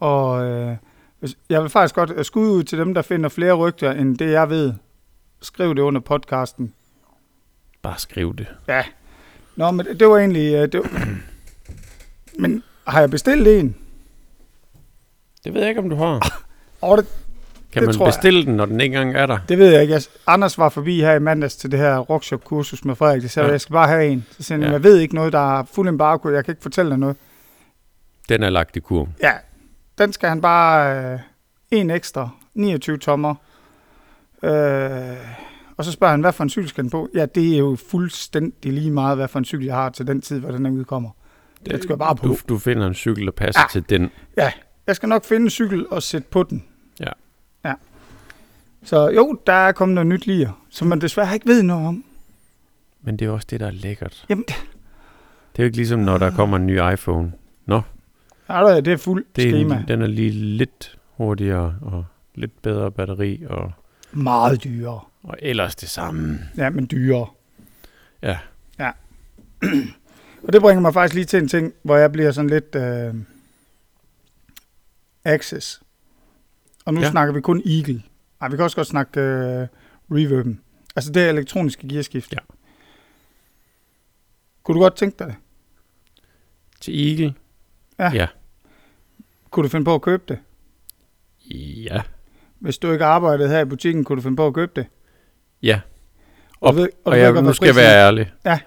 Speaker 1: Og øh, hvis- jeg vil faktisk godt øh, skud ud til dem, der finder flere rygter, end det jeg ved. Skriv det under podcasten.
Speaker 2: Bare skriv det.
Speaker 1: Ja. Nå, men det var egentlig... Øh, det var... Men har jeg bestilt en?
Speaker 2: Det ved jeg ikke, om du har.
Speaker 1: Og det, Ah,
Speaker 2: Kan
Speaker 1: det
Speaker 2: man
Speaker 1: tror jeg.
Speaker 2: bestille den, når den ikke engang er der?
Speaker 1: det ved jeg ikke. Jeg, Anders var forbi her i mandags til det her workshop-kursus med Frederik. Så sagde,
Speaker 2: Ja.
Speaker 1: ja. jeg skal bare have en. Så siger han,
Speaker 2: Ja.
Speaker 1: jeg ved ikke noget, der er fuld embargo. Jeg kan ikke fortælle dig noget.
Speaker 2: Den er lagt i kurven.
Speaker 1: Ja, den skal han bare øh, en ekstra. 29 tommer. Øh, og så spørger han, hvad for en cykel skal den på? Ja, det er jo fuldstændig lige meget, hvad for en cykel jeg har til den tid, hvor den her udkommer. Den skal jeg bare på.
Speaker 2: Du, du finder en cykel, der passer
Speaker 1: Ah.
Speaker 2: til den.
Speaker 1: Jeg skal nok finde en cykel og sætte på den.
Speaker 2: Ja.
Speaker 1: Ja. Så jo, der er kommet noget nyt lige, som man desværre ikke ved noget om.
Speaker 2: Men det er også det, der er lækkert.
Speaker 1: Jamen,
Speaker 2: Det er jo ikke ligesom, når der kommer en ny iPhone.
Speaker 1: er der, det er fuld
Speaker 2: Det er
Speaker 1: schema.
Speaker 2: en, den er lige lidt hurtigere og lidt bedre batteri, og,
Speaker 1: Meget dyrere.
Speaker 2: og ellers det samme.
Speaker 1: Ja, men dyrere.
Speaker 2: Ja.
Speaker 1: Ja. og det bringer mig faktisk lige til en ting, hvor jeg bliver sådan lidt øh, access. Og nu
Speaker 2: Ja.
Speaker 1: ja. snakker vi kun Eagle. Nej, vi kan også godt snakke øh, reverben. Altså det her elektroniske gearskift.
Speaker 2: Ja.
Speaker 1: Kunne du godt tænke dig det?
Speaker 2: Til Eagle?
Speaker 1: Kunne du finde på at købe det?
Speaker 2: Ja.
Speaker 1: Hvis du ikke arbejdede her i butikken, kunne du finde på at købe det?
Speaker 2: Ja.
Speaker 1: Og,
Speaker 2: Op-
Speaker 1: du ved, du
Speaker 2: Og,
Speaker 1: ved
Speaker 2: jeg,
Speaker 1: godt,
Speaker 2: nu
Speaker 1: hvad
Speaker 2: skal jeg
Speaker 1: prisen er.
Speaker 2: være ærlig.
Speaker 1: Ja.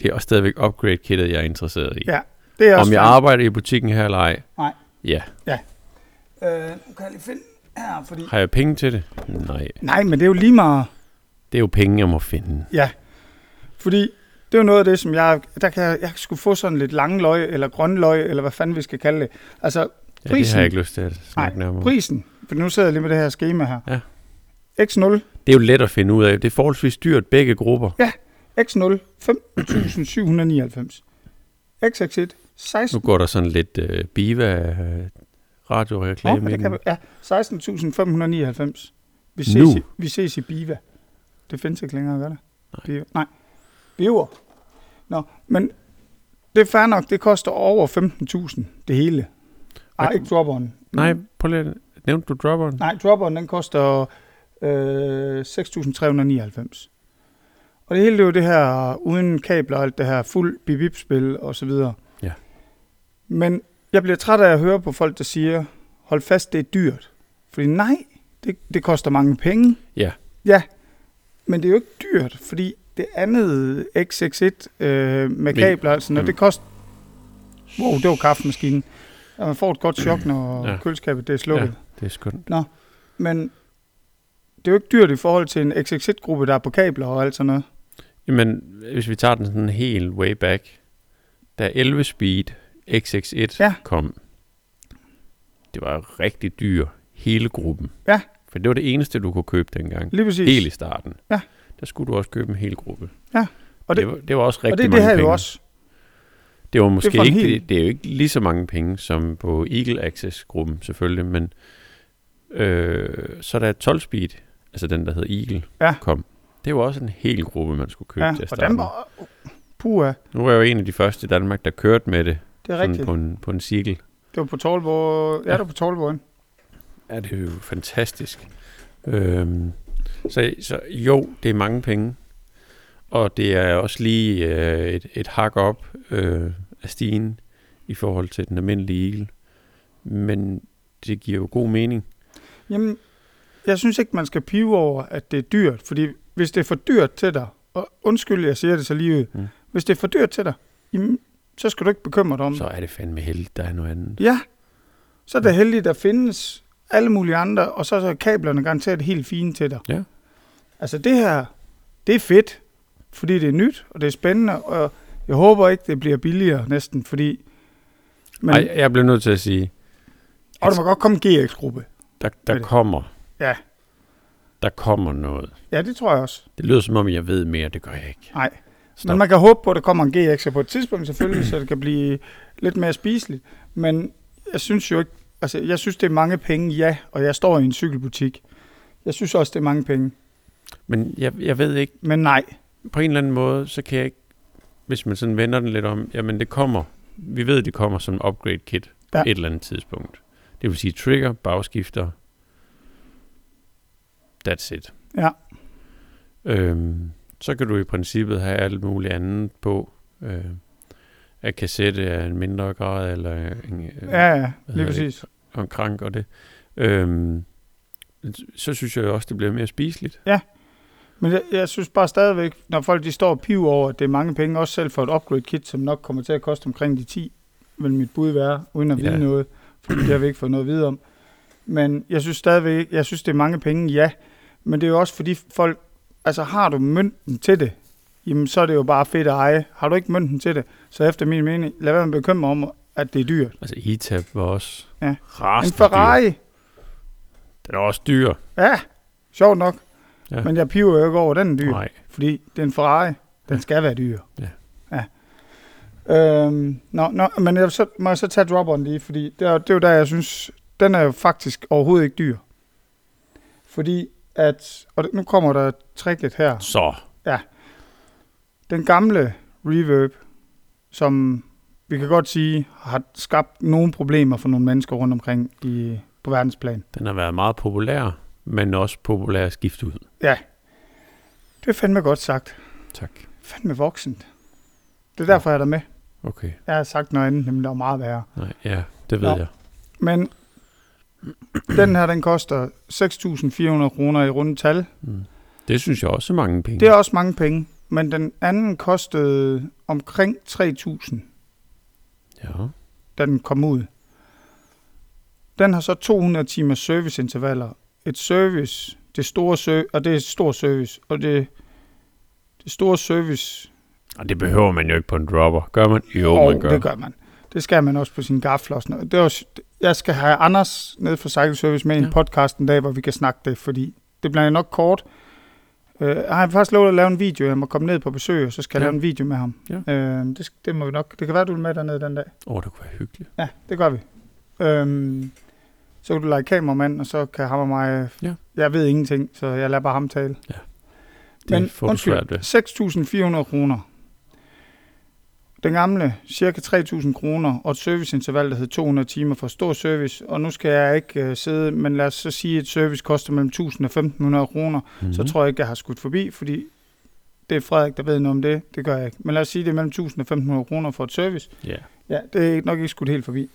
Speaker 2: Det er også stadigvæk upgrade-kittet, jeg er interesseret i.
Speaker 1: Ja, det er også
Speaker 2: Om jeg
Speaker 1: fair.
Speaker 2: arbejder i butikken her eller ej?
Speaker 1: Nej.
Speaker 2: Ja.
Speaker 1: Øh, nu kan jeg lige finde her, fordi...
Speaker 2: Har jeg penge til det? Nej.
Speaker 1: Nej, men det er jo lige meget...
Speaker 2: Det er jo penge, jeg må finde.
Speaker 1: Ja, fordi det er jo noget af det, som jeg... Der kan jeg, jeg skulle få sådan lidt langløg, eller grønløg, eller hvad fanden vi skal kalde det. Altså,
Speaker 2: Ja, det har
Speaker 1: Prisen.
Speaker 2: jeg ikke lyst til at snakke nærmere om.
Speaker 1: prisen. For nu sidder jeg lige med det her schema her.
Speaker 2: Ja.
Speaker 1: X0,
Speaker 2: Det er jo let at finde ud af. Det er forholdsvis dyrt, begge grupper.
Speaker 1: X0, 15.799. XX1, 16...
Speaker 2: Nu går der sådan lidt øh, biva øh,
Speaker 1: Nå,
Speaker 2: radioreklame
Speaker 1: men
Speaker 2: oh,
Speaker 1: det kan, vi- ja, 16.599. Vi ses,
Speaker 2: Nu.
Speaker 1: i, vi ses i Biva. Det findes ikke længere, gør det?
Speaker 2: Nej.
Speaker 1: Biva. Nej. Biver. Nå, men det er fair nok, det koster over 15.000, det hele. Nej, ikke dropperen.
Speaker 2: Nej,
Speaker 1: Mm.
Speaker 2: prøv lige at nævnte du dropperen?
Speaker 1: Nej, dropperen den koster øh, 6.399. Og det hele det er jo det her uden kabler og alt det her fuld bip-bip-spil og så videre.
Speaker 2: Ja.
Speaker 1: Men jeg bliver træt af at høre på folk, der siger, hold fast, det er dyrt. Fordi nej, det, det koster mange penge.
Speaker 2: Ja.
Speaker 1: Ja, men det er jo ikke dyrt, fordi det andet X61 øh, med
Speaker 2: Vi-
Speaker 1: kabler, altså, når
Speaker 2: Mm.
Speaker 1: det koster... Wow, det var kaffemaskinen. Og man får et godt chok, når
Speaker 2: Ja.
Speaker 1: ja. køleskabet det er slukket.
Speaker 2: Ja. Det er skønt.
Speaker 1: Men det er jo ikke dyrt i forhold til en XXZ-gruppe, der er på kabler og alt sådan noget.
Speaker 2: Jamen, hvis vi tager den sådan helt way back, da 11 Speed XX1 ja.
Speaker 1: Ja.
Speaker 2: kom, det var rigtig dyr, hele gruppen.
Speaker 1: Ja.
Speaker 2: For det var det eneste, du kunne købe dengang.
Speaker 1: Lige præcis.
Speaker 2: Helt i starten.
Speaker 1: Ja.
Speaker 2: Der skulle du også købe en hel gruppe.
Speaker 1: Ja.
Speaker 2: Og
Speaker 1: Og
Speaker 2: det,
Speaker 1: det-
Speaker 2: det, var, det var også rigtig
Speaker 1: og det er
Speaker 2: mange
Speaker 1: det her
Speaker 2: penge.
Speaker 1: jo også.
Speaker 2: Det var måske
Speaker 1: for en
Speaker 2: ikke,
Speaker 1: hel-
Speaker 2: det, det er jo ikke lige så mange penge som på Eagle Access-gruppen selvfølgelig, men øh, så da 12 Speed, altså den der hed Eagle,
Speaker 1: Ja.
Speaker 2: kom, det var også en hel gruppe, man skulle købe
Speaker 1: Ja,
Speaker 2: til at
Speaker 1: og
Speaker 2: starte
Speaker 1: den
Speaker 2: med.
Speaker 1: var... Puha,
Speaker 2: Nu var jeg jo en af de første i Danmark, der kørte med det,
Speaker 1: det er
Speaker 2: sådan
Speaker 1: rigtigt.
Speaker 2: på en, på en cirkel.
Speaker 1: Det var på Tolborg. Ja,
Speaker 2: Ja.
Speaker 1: det var på Tolborg.
Speaker 2: Ja, det er jo fantastisk. Øhm, så, så jo, det er mange penge, og det er også lige øh, et, et hak op øh, af stigen i forhold til den almindelige Eagle. Men det giver jo god mening.
Speaker 1: Jamen, jeg synes ikke, man skal pive over, at det er dyrt. Fordi hvis det er for dyrt til dig, og undskyld, jeg siger det så lige ud.
Speaker 2: Mm.
Speaker 1: Mm. Hvis det er for dyrt til dig, jamen, så skal du ikke bekymre dig om
Speaker 2: Så er det fandme heldigt, der er noget andet.
Speaker 1: Ja, så er det heldigt, der findes alle mulige andre, og så er kablerne garanteret helt fine til dig.
Speaker 2: Ja.
Speaker 1: Altså det her, det er fedt, fordi det er nyt, og det er spændende, og jeg håber ikke, det bliver billigere næsten, fordi... Men,
Speaker 2: Nej, jeg bliver nødt til at sige,
Speaker 1: og
Speaker 2: altså-
Speaker 1: der må godt komme en GX-gruppe.
Speaker 2: der,
Speaker 1: Hvad
Speaker 2: der
Speaker 1: er det?
Speaker 2: kommer,
Speaker 1: Ja.
Speaker 2: der kommer noget.
Speaker 1: Ja, det tror jeg også.
Speaker 2: Det lyder som om, jeg ved mere, det gør jeg ikke.
Speaker 1: Nej.
Speaker 2: Stop.
Speaker 1: Men man kan håbe på, at der kommer en GX på et tidspunkt selvfølgelig, så det kan blive lidt mere spiseligt. Men jeg synes jo ikke, altså jeg synes, det er mange penge, ja, og jeg står i en cykelbutik. Jeg synes også, det er mange penge.
Speaker 2: Men jeg, jeg ved ikke,
Speaker 1: Men nej,
Speaker 2: på en eller anden måde, så kan jeg ikke, hvis man sådan vender den lidt om, jamen det kommer, vi ved, det kommer som en upgrade kit på
Speaker 1: Ja.
Speaker 2: et eller andet tidspunkt. Det vil sige trigger, bagskifter, that's it.
Speaker 1: Ja.
Speaker 2: Øhm, så kan du i princippet have alt muligt andet på, øh, at kassette er en mindre grad, eller en, øh,
Speaker 1: Ja, ja,
Speaker 2: hedder
Speaker 1: lige
Speaker 2: det?
Speaker 1: præcis.
Speaker 2: og en krank og det. Øhm, så synes jeg jo også, det bliver mere spiseligt.
Speaker 1: Men jeg, jeg synes bare stadigvæk, når folk de står og piver over, at det er mange penge, også selv for et upgrade kit, som nok kommer til at koste omkring de 10, vil mit bud være, uden at vide
Speaker 2: Ja.
Speaker 1: noget, fordi det har vi ikke fået noget at vide om. Men jeg synes stadigvæk, jeg synes det er mange penge, ja. Men det er jo også fordi folk, altså har du mønten til det, jamen så er det jo bare fedt at eje. Har du ikke mønten til det, så efter min mening, lad være med at bekymre om, at det er dyrt.
Speaker 2: Altså E-Tab var også
Speaker 1: Ja. En
Speaker 2: rasende dyr.
Speaker 1: Ferrari,
Speaker 2: Den er også dyr.
Speaker 1: ja, sjovt nok.
Speaker 2: Ja.
Speaker 1: Ja. Men jeg piver jo ikke over, at den er dyr.
Speaker 2: Nej.
Speaker 1: Fordi det er en Ferrari. Den skal være dyr.
Speaker 2: Ja.
Speaker 1: ja. Øhm, nå, nå, men jeg, så, må jeg så tage dropperen lige, fordi det er, det er jo der, jeg synes, den er jo faktisk overhovedet ikke dyr. Fordi at, og det- nu kommer der tricket her.
Speaker 2: Så.
Speaker 1: Den gamle reverb, som vi kan godt sige, har skabt nogle problemer for nogle mennesker rundt omkring i, på verdensplan.
Speaker 2: Den har været meget populær, men også populær at skifte ud.
Speaker 1: Det er fandme godt sagt.
Speaker 2: Tak.
Speaker 1: Fandme voksent. Det er derfor, jeg er der med.
Speaker 2: Okay.
Speaker 1: Jeg har sagt noget andet, nemlig der var meget værre.
Speaker 2: Nej, ja, det ved
Speaker 1: Nå.
Speaker 2: jeg.
Speaker 1: Men den her, den koster 6.400 kroner i runde tal.
Speaker 2: Mm. Det synes jeg også er mange penge.
Speaker 1: Det er også mange penge, men den anden kostede omkring 3.000,
Speaker 2: Ja.
Speaker 1: da den kom ud. Den har så 200 timers serviceintervaller. Et service, det store service, og det er et stort service, og det, det store service,
Speaker 2: Og det behøver man jo ikke på en dropper. Gør man? Jo,
Speaker 1: og
Speaker 2: man gør.
Speaker 1: det gør man. Det skal man også på sin gafler og sådan noget. Det er også, jeg skal have Anders ned fra Cycle Service med i
Speaker 2: Ja.
Speaker 1: en podcast en dag, hvor vi kan snakke det, fordi det bliver nok kort. Øh, jeg har faktisk lovet at lave en video. Jeg må komme ned på besøg, og så skal jeg
Speaker 2: Ja.
Speaker 1: ja. lave en video med ham.
Speaker 2: Ja.
Speaker 1: Øh, det, sk- det, må vi nok. Det kan være, du vil med dernede den dag.
Speaker 2: Åh, oh, det kunne være hyggeligt.
Speaker 1: Ja, det gør vi. Øhm, så kan du lege kameramand, og så kan ham og mig...
Speaker 2: Ja.
Speaker 1: Jeg ved ingenting, så jeg lader bare ham tale.
Speaker 2: Det får du svært ved.
Speaker 1: 6.400 kroner. Den gamle, cirka 3.000 kroner og et serviceinterval, der hed 200 timer for stor service. Og nu skal jeg ikke øh, sidde, men lad os så sige, at service koster mellem 1.000 og 1.500 kroner. Mm.
Speaker 2: Mhm.
Speaker 1: Så tror jeg ikke, jeg har skudt forbi, fordi det er Frederik, der ved noget om det. Det gør jeg ikke. Men lad os sige, at det er mellem 1.000 og 1.500 kroner for et service.
Speaker 2: Ja.
Speaker 1: Ja, det er nok ikke skudt helt forbi.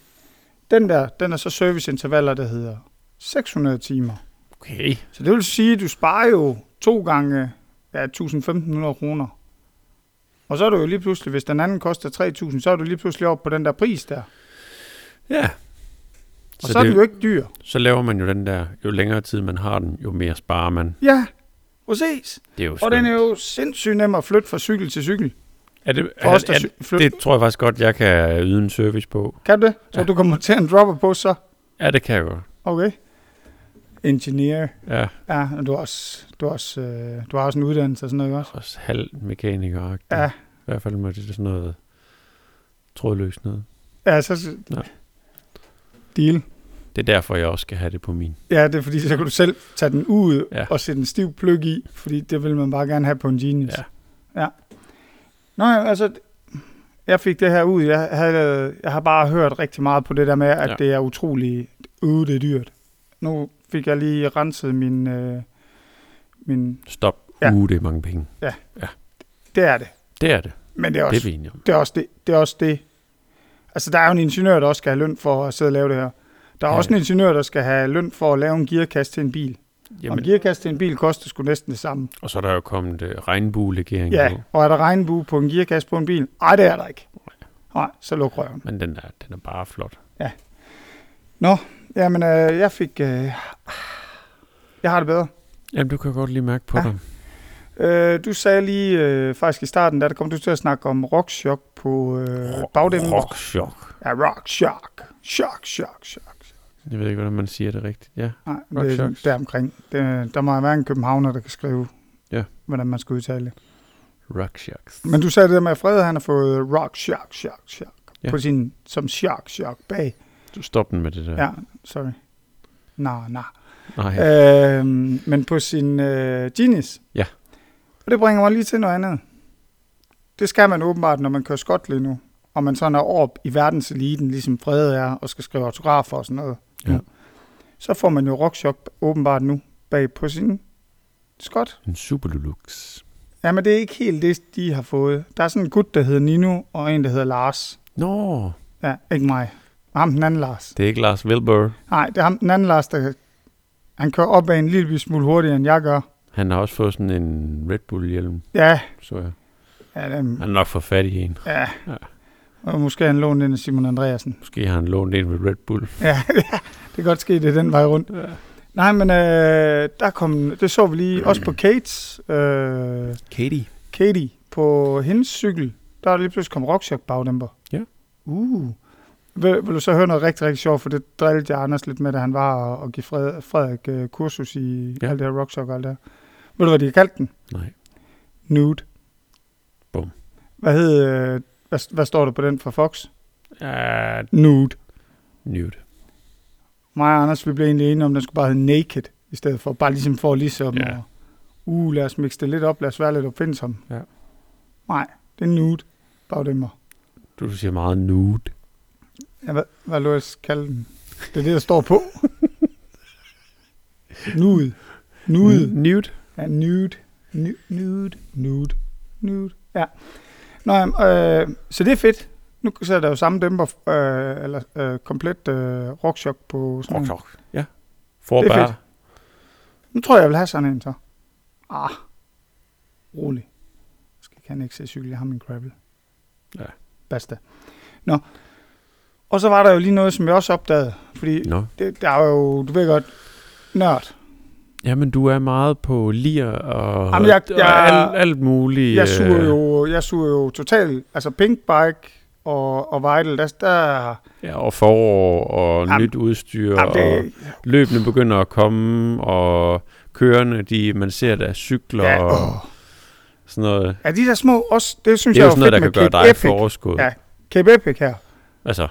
Speaker 1: Den der, den er så serviceintervaller, der hedder 600 timer.
Speaker 2: Okay.
Speaker 1: Så det vil sige, at du sparer jo to gange ja, 1.500 kroner. Og så er du jo lige pludselig, hvis den anden koster 3.000, så er du lige pludselig oppe på den der pris der.
Speaker 2: Ja.
Speaker 1: Og så, så er den
Speaker 2: det,
Speaker 1: jo ikke dyr.
Speaker 2: så laver man jo den der, jo længere tid man har den, jo mere sparer man.
Speaker 1: Ja, præcis.
Speaker 2: Det er jo
Speaker 1: Og den
Speaker 2: skønt.
Speaker 1: er jo sindssygt nem at flytte fra cykel til cykel.
Speaker 2: er det,
Speaker 1: For
Speaker 2: er,
Speaker 1: os, der
Speaker 2: er,
Speaker 1: cy- flyt-
Speaker 2: det tror jeg faktisk godt, jeg kan yde en service på.
Speaker 1: Kan du det? Så
Speaker 2: Ja.
Speaker 1: du kan montere en dropper på så.
Speaker 2: Ja, det kan jeg godt.
Speaker 1: Okay. Engineer.
Speaker 2: Ja,
Speaker 1: Ja, og du har også, du har også, øh, du har også en uddannelse og sådan noget, ikke også?
Speaker 2: også halv mekaniker
Speaker 1: Ja.
Speaker 2: I hvert fald med det sådan noget trådløst noget.
Speaker 1: Ja, så...
Speaker 2: Ja.
Speaker 1: Deal.
Speaker 2: Det er derfor, jeg også skal have det på min.
Speaker 1: Ja, det er fordi, så kan du selv tage den ud
Speaker 2: Ja.
Speaker 1: ja. og sætte en stiv pløk i, fordi det vil man bare gerne have på en Genius.
Speaker 2: Ja.
Speaker 1: ja. Nå, ja, altså, jeg fik det her ud. Jeg, havde, jeg har bare hørt rigtig meget på det der med, at
Speaker 2: Ja.
Speaker 1: ja. det er utrolig ude, det er dyrt. Nu fik jeg lige renset min, øh, min...
Speaker 2: Stop. Ja.
Speaker 1: Ja.
Speaker 2: Uh, det er mange penge.
Speaker 1: Det er det.
Speaker 2: Det er det.
Speaker 1: Men det er også
Speaker 2: Det er vi enige om.
Speaker 1: Det er også det. det, er også det. Altså, der er jo en ingeniør, der også skal have løn for at sidde og lave det her. Der er
Speaker 2: Ja,
Speaker 1: ja, også en ingeniør, der skal have løn for at lave en gearkasse til en bil. Jamen. Og en
Speaker 2: Jamen,
Speaker 1: gearkasse til en bil koster sgu næsten det samme.
Speaker 2: og så er der jo kommet uh, regnbuelegering
Speaker 1: Ja,
Speaker 2: på.
Speaker 1: og er der regnbue på en gearkasse på en bil? Ej, det er der ikke. Nej, så luk røven.
Speaker 2: Men den er, den er bare flot.
Speaker 1: Jamen, øh, jeg fik... Øh, jeg har det bedre.
Speaker 2: Jamen, du kan godt lige mærke på ja.
Speaker 1: Ja.
Speaker 2: dig.
Speaker 1: Øh, du sagde lige øh, faktisk i starten, da der kom du til at snakke om rockchok på øh, bagdæmmen.
Speaker 2: Rock shock.
Speaker 1: Ja, rockchok. Shock, shock, shock.
Speaker 2: Jeg ved ikke, hvordan man siger det rigtigt. Ja.
Speaker 1: Nej,
Speaker 2: Rock
Speaker 1: det er
Speaker 2: Sharks.
Speaker 1: deromkring. Det, der må være en københavner, der kan skrive,
Speaker 2: Ja.
Speaker 1: hvordan man skal udtale det.
Speaker 2: Rock shocks.
Speaker 1: Men du sagde det der med, at Frede han har fået rock, shock, shock, shock.
Speaker 2: Ja.
Speaker 1: Ja. På sin, som shock, shock bag.
Speaker 2: Du stop den med det der.
Speaker 1: Ja, ja sorry. Nå, nå.
Speaker 2: Nej.
Speaker 1: Ja. Øhm, men på sin øh, Genius.
Speaker 2: Ja.
Speaker 1: Og det bringer mig lige til noget andet. Det skal man åbenbart, når man kører skot lige nu. Og man sådan er op i verdenseliten, ligesom Frede er, og skal skrive autografer og sådan noget.
Speaker 2: Ja.
Speaker 1: Så får man jo rockchok åbenbart nu bag på sin skot.
Speaker 2: En superlux.
Speaker 1: Ja, men det er ikke helt det, de har fået. Der er sådan en gut, der hedder Nino, og en, der hedder Lars.
Speaker 2: Nå,
Speaker 1: Ja, ikke mig. Ham den anden Lars.
Speaker 2: det er ikke Lars Wilbur.
Speaker 1: Nej, det er ham den anden Lars, der... Han kører op ad en lille smule hurtigere, end jeg gør.
Speaker 2: Han har også fået sådan en Red Bull-hjelm,
Speaker 1: Ja,
Speaker 2: så jeg.
Speaker 1: ja, det,
Speaker 2: Han har nok fået fat i en.
Speaker 1: ja.
Speaker 2: Ja.
Speaker 1: Og måske han lånte den af Simon Andreasen.
Speaker 2: Måske har han lånt en ved Red Bull.
Speaker 1: Ja, det kan godt ske, det er den vej rundt.
Speaker 2: Ja.
Speaker 1: Nej, men øh, der kom, det så vi lige, også på Kates, øh,
Speaker 2: Katie.
Speaker 1: Katie, på hendes cykel, der er der lige pludselig kom rockchok bagdæmper.
Speaker 2: Ja.
Speaker 1: Uh. Vil, vil, du så høre noget rigtig, rigtig sjovt, for det drillede jeg Anders lidt med, da han var og, og give Fred, Frederik øh, kursus i
Speaker 2: Ja.
Speaker 1: ja. alt det her rockchok og alt det her. Ved du, hvad de har kaldt den?
Speaker 2: Nej.
Speaker 1: Nude.
Speaker 2: Bum.
Speaker 1: Hvad hed, øh, hvad, hvad, står der på den fra Fox? Øh,
Speaker 2: Uh,
Speaker 1: Nude.
Speaker 2: nude.
Speaker 1: Mig og Anders, vi blev egentlig enige om, at den skulle bare hedde Naked, i stedet for bare ligesom for ligesom,
Speaker 2: Ja.
Speaker 1: ja. og, uh, lad os mixe det lidt op, lad os være lidt opfindsomme.
Speaker 2: Ja.
Speaker 1: Nej, det er Nude bagdæmmer.
Speaker 2: Du siger meget nude.
Speaker 1: Ja, hvad, hvad lå jeg kalde den? Det er det, der står på. nude. Nude.
Speaker 2: Mm, Nude.
Speaker 1: Ja, nude. Nu- Nude. Nude. Nude. Ja. Nå, jamen, øh, så det er fedt. Nu så er der jo samme dæmper, øh, eller øh, komplet øh, rockchok på sådan
Speaker 2: Rock
Speaker 1: en.
Speaker 2: shock. Ja. For
Speaker 1: Det er
Speaker 2: bare.
Speaker 1: Nu tror jeg, jeg vil have sådan en så. Ah, rolig. Jeg skal kan ikke se cykel, jeg har min gravel.
Speaker 2: Ja.
Speaker 1: Basta. Nå. Og så var der jo lige noget, som jeg også opdagede, fordi
Speaker 2: Nå.
Speaker 1: det, der er jo, du ved godt, nørd.
Speaker 2: Jamen, du er meget på lir og,
Speaker 1: Jamen, jeg-
Speaker 2: og
Speaker 1: jeg-
Speaker 2: alt, alt muligt.
Speaker 1: Jeg
Speaker 2: øh,
Speaker 1: suger jo, jeg suger jo totalt, altså Pinkbike og, og Vital, der, der
Speaker 2: Ja, og forår og
Speaker 1: Jamen,
Speaker 2: nyt udstyr.
Speaker 1: jamen,
Speaker 2: og,
Speaker 1: det,
Speaker 2: løbende begynder at komme, og kørende, de, man ser der er cykler ja,
Speaker 1: Ja,
Speaker 2: og
Speaker 1: åh.
Speaker 2: sådan noget.
Speaker 1: er de der små, også, det synes
Speaker 2: Det er
Speaker 1: jeg
Speaker 2: jo sådan noget, der
Speaker 1: fedt
Speaker 2: kan
Speaker 1: med
Speaker 2: gøre
Speaker 1: Cape
Speaker 2: dig et
Speaker 1: Epic.
Speaker 2: forårskud. Ja.
Speaker 1: Ja. Cape Epic her,
Speaker 2: Altså,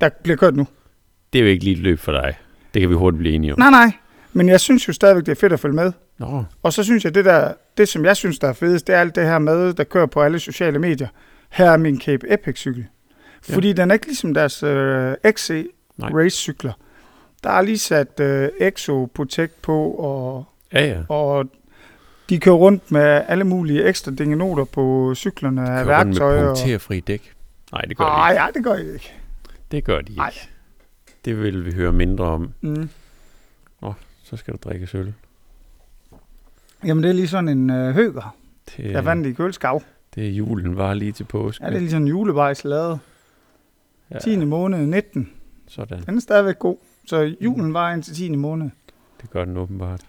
Speaker 1: der bliver kørt nu.
Speaker 2: det er jo ikke lige et løb for dig. Det kan vi hurtigt blive enige om.
Speaker 1: Nej, nej, men jeg synes jo stadigvæk, det er fedt at følge med.
Speaker 2: Nå,
Speaker 1: Og så synes jeg, det der, det som jeg synes, der er fedest, det er alt det her med, der kører på alle sociale medier. her er min Cape Epic-cykel. Fordi ja. den er ikke ligesom deres øh, XC
Speaker 2: Nej.
Speaker 1: racecykler. Der er lige sat øh, Exo Protect på, og,
Speaker 2: Ja, ja.
Speaker 1: og de kører rundt med alle mulige ekstra dingenoter på cyklerne af
Speaker 2: Kører rundt med
Speaker 1: værktøj. Og...
Speaker 2: punkterfri dæk. Nej, det gør de
Speaker 1: Ej, ja, det gør jeg ikke.
Speaker 2: ikke. Det gør de ikke.
Speaker 1: Ej.
Speaker 2: Det vil vi høre mindre om.
Speaker 1: Mm.
Speaker 2: Så skal der drikkes øl.
Speaker 1: Jamen, det er lige sådan en øh, høger,
Speaker 2: Det,
Speaker 1: jeg vandt i Kølskav.
Speaker 2: det er julen, var lige til påske.
Speaker 1: Ja, det er lige sådan en julevejs lavet.
Speaker 2: Ja,
Speaker 1: 10. måned 19.
Speaker 2: Sådan,
Speaker 1: Den er stadigvæk god. Så
Speaker 2: Mm.
Speaker 1: julen var indtil 10. måned.
Speaker 2: det gør den åbenbart.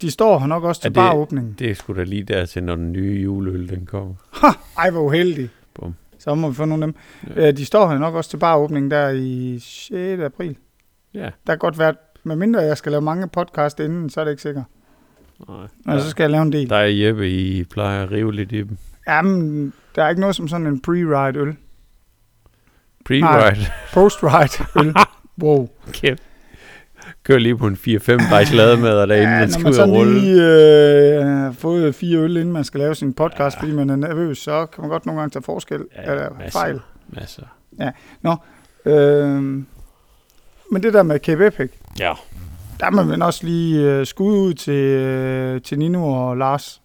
Speaker 1: De står her nok også til
Speaker 2: Er det-
Speaker 1: baråbningen.
Speaker 2: Det er sgu da lige dertil, når den nye juleøl den kommer.
Speaker 1: Ej, hvor uheldig.
Speaker 2: Bum.
Speaker 1: Så må vi få nogle af dem. Ja. De står her nok også til baråbningen der i 6. april.
Speaker 2: Ja,
Speaker 1: Der kan godt være, med mindre jeg skal lave mange podcast inden, så er det ikke sikkert.
Speaker 2: nej.
Speaker 1: Og så skal jeg lave en del.
Speaker 2: Der er Jeppe, I plejer at rive lidt i dem.
Speaker 1: Jamen, der er ikke noget som sådan en pre-ride øl.
Speaker 2: Pre-ride.
Speaker 1: Post-ride øl. Wow.
Speaker 2: Kæft. Kør lige på en 4-5 bajs lademader derinde, ja,
Speaker 1: når
Speaker 2: man skal
Speaker 1: man
Speaker 2: ud og
Speaker 1: sådan
Speaker 2: rulle.
Speaker 1: lige øh, har fået fire øl, inden man skal lave sin podcast, ja. fordi man er nervøs, så kan man godt nogle gange tage forskel ja,
Speaker 2: Ja,
Speaker 1: eller
Speaker 2: masser.
Speaker 1: fejl.
Speaker 2: Masser.
Speaker 1: Øh, men det der med Cape Epic,
Speaker 2: Ja.
Speaker 1: der må man også lige øh, skud ud til, øh, til Nino og Lars.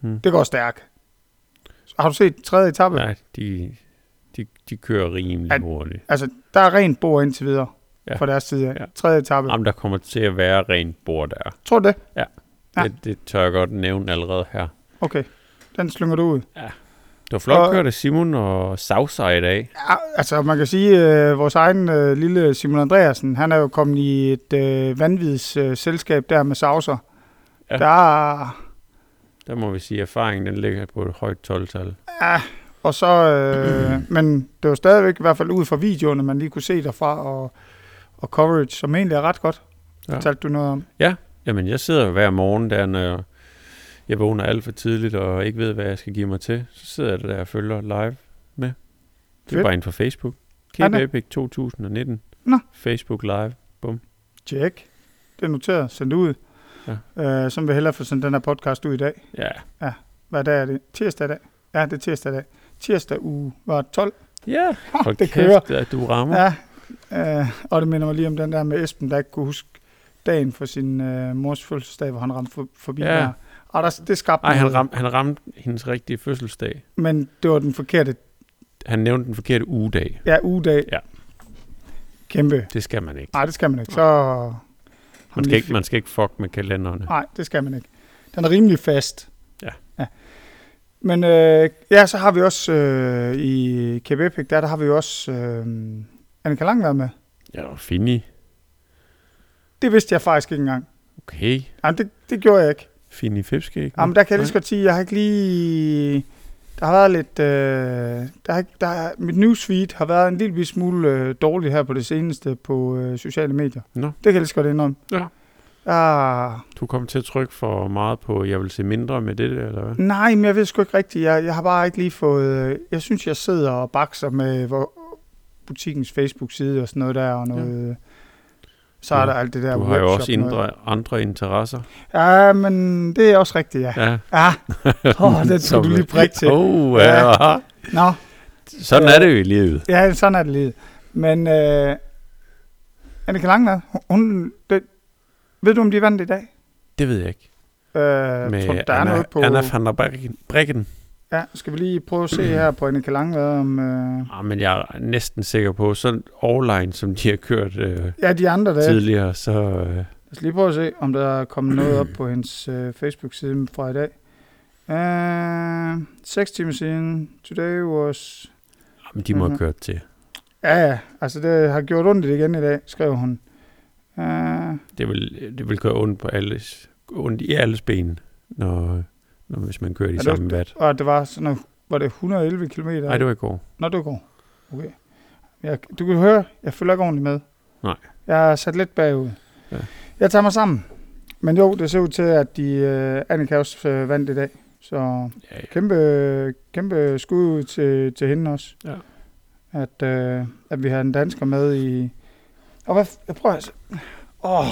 Speaker 2: Hmm.
Speaker 1: Det går stærkt. Har du set tredje etape?
Speaker 2: Nej, de, de, de kører rimelig
Speaker 1: Ja.
Speaker 2: hurtigt.
Speaker 1: Altså, der er rent bord indtil videre ja.
Speaker 2: Ja.
Speaker 1: fra deres side af.
Speaker 2: Ja.
Speaker 1: Ja. Tredje etape.
Speaker 2: Jamen, der kommer til at være rent bord der.
Speaker 1: Tror du det? Ja.
Speaker 2: Det, det tør jeg godt nævne allerede her.
Speaker 1: Okay. Den slynger du ud.
Speaker 2: Det var flot
Speaker 1: Og-
Speaker 2: kørt af Simon og Sausa i dag.
Speaker 1: Ja, altså man kan sige, øh, vores egen øh, lille Simon Andreasen, han er jo kommet i et øh, vanvids øh, selskab der med saucer. Ja.
Speaker 2: Ja.
Speaker 1: Der,
Speaker 2: Der må vi sige, at erfaringen den ligger på et højt 12-tal.
Speaker 1: og så, øh, men det var stadigvæk i hvert fald ud fra videoerne, man lige kunne se derfra, og, og coverage, som egentlig er ret godt. Ja.
Speaker 2: Ja.
Speaker 1: Fortalte du noget om?
Speaker 2: Jamen, jeg sidder jo hver morgen der, når jeg vågner alt for tidligt og ikke ved, hvad jeg skal give mig til. Så sidder jeg der og følger live med. Det
Speaker 1: Fedt.
Speaker 2: er bare ind fra Facebook.
Speaker 1: Anna?
Speaker 2: Cape Epic 2019.
Speaker 1: Nå.
Speaker 2: Facebook Live.
Speaker 1: Tjek. Det er noteret, sendt ud.
Speaker 2: Ja.
Speaker 1: Ja. Øh, som vil hellere få sendt den her podcast ud i dag.
Speaker 2: Ja,
Speaker 1: Hvad dag er det? Tirsdag i dag? Ja, det er tirsdag i dag. Tirsdag uge var 12.
Speaker 2: ja. Hold
Speaker 1: det kører.
Speaker 2: Kæft, at du rammer. Ja.
Speaker 1: Ja, øh, og det minder mig lige om den der med Esben, der ikke kunne huske dagen for sin øh, mors fødselsdag, hvor han ramte for, forbi
Speaker 2: Ja.
Speaker 1: der. Og der, det skabte
Speaker 2: Ej, han,
Speaker 1: noget,
Speaker 2: ram, han ramte hendes rigtige fødselsdag.
Speaker 1: men det var den forkerte
Speaker 2: Han nævnte den forkerte ugedag.
Speaker 1: ja, ugedag.
Speaker 2: Ja.
Speaker 1: Kæmpe.
Speaker 2: Det skal man ikke.
Speaker 1: Nej, det skal man ikke. Så
Speaker 2: Man skal ikke, man skal ikke fuck med kalenderne.
Speaker 1: Nej, det skal man ikke. Den er rimelig fast.
Speaker 2: Ja.
Speaker 1: ja. Men øh, ja, så har vi også øh, i Cape Epic, der, der har vi jo også øh, Annika Lang været med.
Speaker 2: Ja, og Fini.
Speaker 1: Det vidste jeg faktisk ikke engang.
Speaker 2: Okay.
Speaker 1: Jamen, det, det gjorde jeg ikke.
Speaker 2: Fini Fipskæg.
Speaker 1: Jamen, der kan jeg lige
Speaker 2: Nej.
Speaker 1: så godt sige, jeg har ikke lige... Der har været lidt... Øh, der har, ikke- der, har- mit newsfeed har været en lille smule øh, dårligt her på det seneste på øh, sociale medier.
Speaker 2: Nå.
Speaker 1: Det kan jeg lige så godt indrømme.
Speaker 2: Ja.
Speaker 1: Ah,
Speaker 2: Du kom til at trykke for meget på, jeg vil se mindre med det, der, eller hvad?
Speaker 1: nej, men jeg ved sgu ikke rigtigt. Jeg, jeg har bare ikke lige fået... Øh, jeg synes, jeg sidder og bakser med hvor, butikkens Facebook-side og sådan noget der, og noget... Ja. Så er
Speaker 2: Ja,
Speaker 1: der alt det der
Speaker 2: Du har jo
Speaker 1: workshop
Speaker 2: også
Speaker 1: noget.
Speaker 2: indre, andre interesser.
Speaker 1: Ja, men det er også rigtigt, ja.
Speaker 2: Ja.
Speaker 1: Ja, oh, det skal
Speaker 2: Som-
Speaker 1: du lige prikke til.
Speaker 2: Oh,
Speaker 1: Ja.
Speaker 2: ja. aha.
Speaker 1: Nå,
Speaker 2: Sådan
Speaker 1: Ja.
Speaker 2: er det jo i livet.
Speaker 1: Ja, sådan er det lidt. Men øh, Annika Langvad, hun- hun, det, ved du, om de vandt i dag?
Speaker 2: Det ved jeg ikke.
Speaker 1: Øh, jeg tror, der er
Speaker 2: Anna,
Speaker 1: noget på...
Speaker 2: Anna van der Bricken. Bricken.
Speaker 1: Ja, skal vi lige prøve at se her på Annika Langvad, om... Øh,
Speaker 2: Ah, men jeg er næsten sikker på, sådan online, som de har kørt øh,
Speaker 1: ja, de andre dage.
Speaker 2: tidligere, så... Øh,
Speaker 1: Lad os lige prøve at se, om der er kommet noget op på hendes øh, Facebook-side fra i dag. Øh, 6 timer siden. Today was...
Speaker 2: ah, men de må
Speaker 1: Mhm.
Speaker 2: have kørt til.
Speaker 1: Ja, ja, altså det har gjort ondt igen i dag, skrev hun. Øh,
Speaker 2: Det vil, det vil gøre ondt på alles, ondt i alles ben, når, når, hvis man kører
Speaker 1: Er
Speaker 2: i
Speaker 1: det
Speaker 2: samme vat.
Speaker 1: og det var sådan noget, var det 111 km?
Speaker 2: Nej, det var i går.
Speaker 1: Nå, det var god. Okay. Jeg, du kan høre, jeg følger ikke ordentligt med.
Speaker 2: Nej.
Speaker 1: Jeg er sat lidt bagud. Ja.
Speaker 2: Ja.
Speaker 1: Jeg tager mig sammen. Men jo, det ser ud til, at de, øh, Annika også øh, vandt i dag. Så
Speaker 2: Ja, ja.
Speaker 1: kæmpe, kæmpe skud ud til, til hende også.
Speaker 2: Ja.
Speaker 1: At, øh, at vi har en dansker med i... Og hvad... f- Jeg prøver altså... Åh,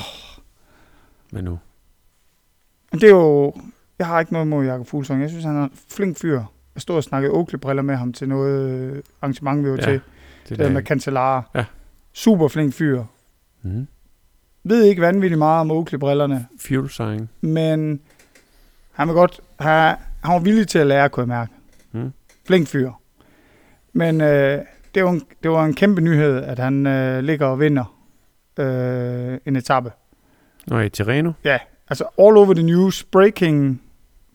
Speaker 2: Men nu.
Speaker 1: men det er jo... Jeg har ikke noget mod Jakob Fuglsang. Jeg synes, han er en flink fyr. Jeg Jeg stod og snakkede Oakley-briller med ham til noget øh, arrangement, vi var ja, til.
Speaker 2: det
Speaker 1: Det der
Speaker 2: er
Speaker 1: Øh, med
Speaker 2: da-
Speaker 1: Cancellara.
Speaker 2: Ja.
Speaker 1: Super flink fyr.
Speaker 2: Mhm.
Speaker 1: Ved ikke vanvittigt meget om Oakley-brillerne,
Speaker 2: Fuel sign.
Speaker 1: men han var godt, han, han var villig til at lære, kunne jeg mærke.
Speaker 2: Mm.
Speaker 1: Flink fyr. Men øh, det, var en, det var en kæmpe nyhed, at han øh, ligger og vinder øh, en etape.
Speaker 2: Nå, i Tirreno?
Speaker 1: Altså all over the news, breaking,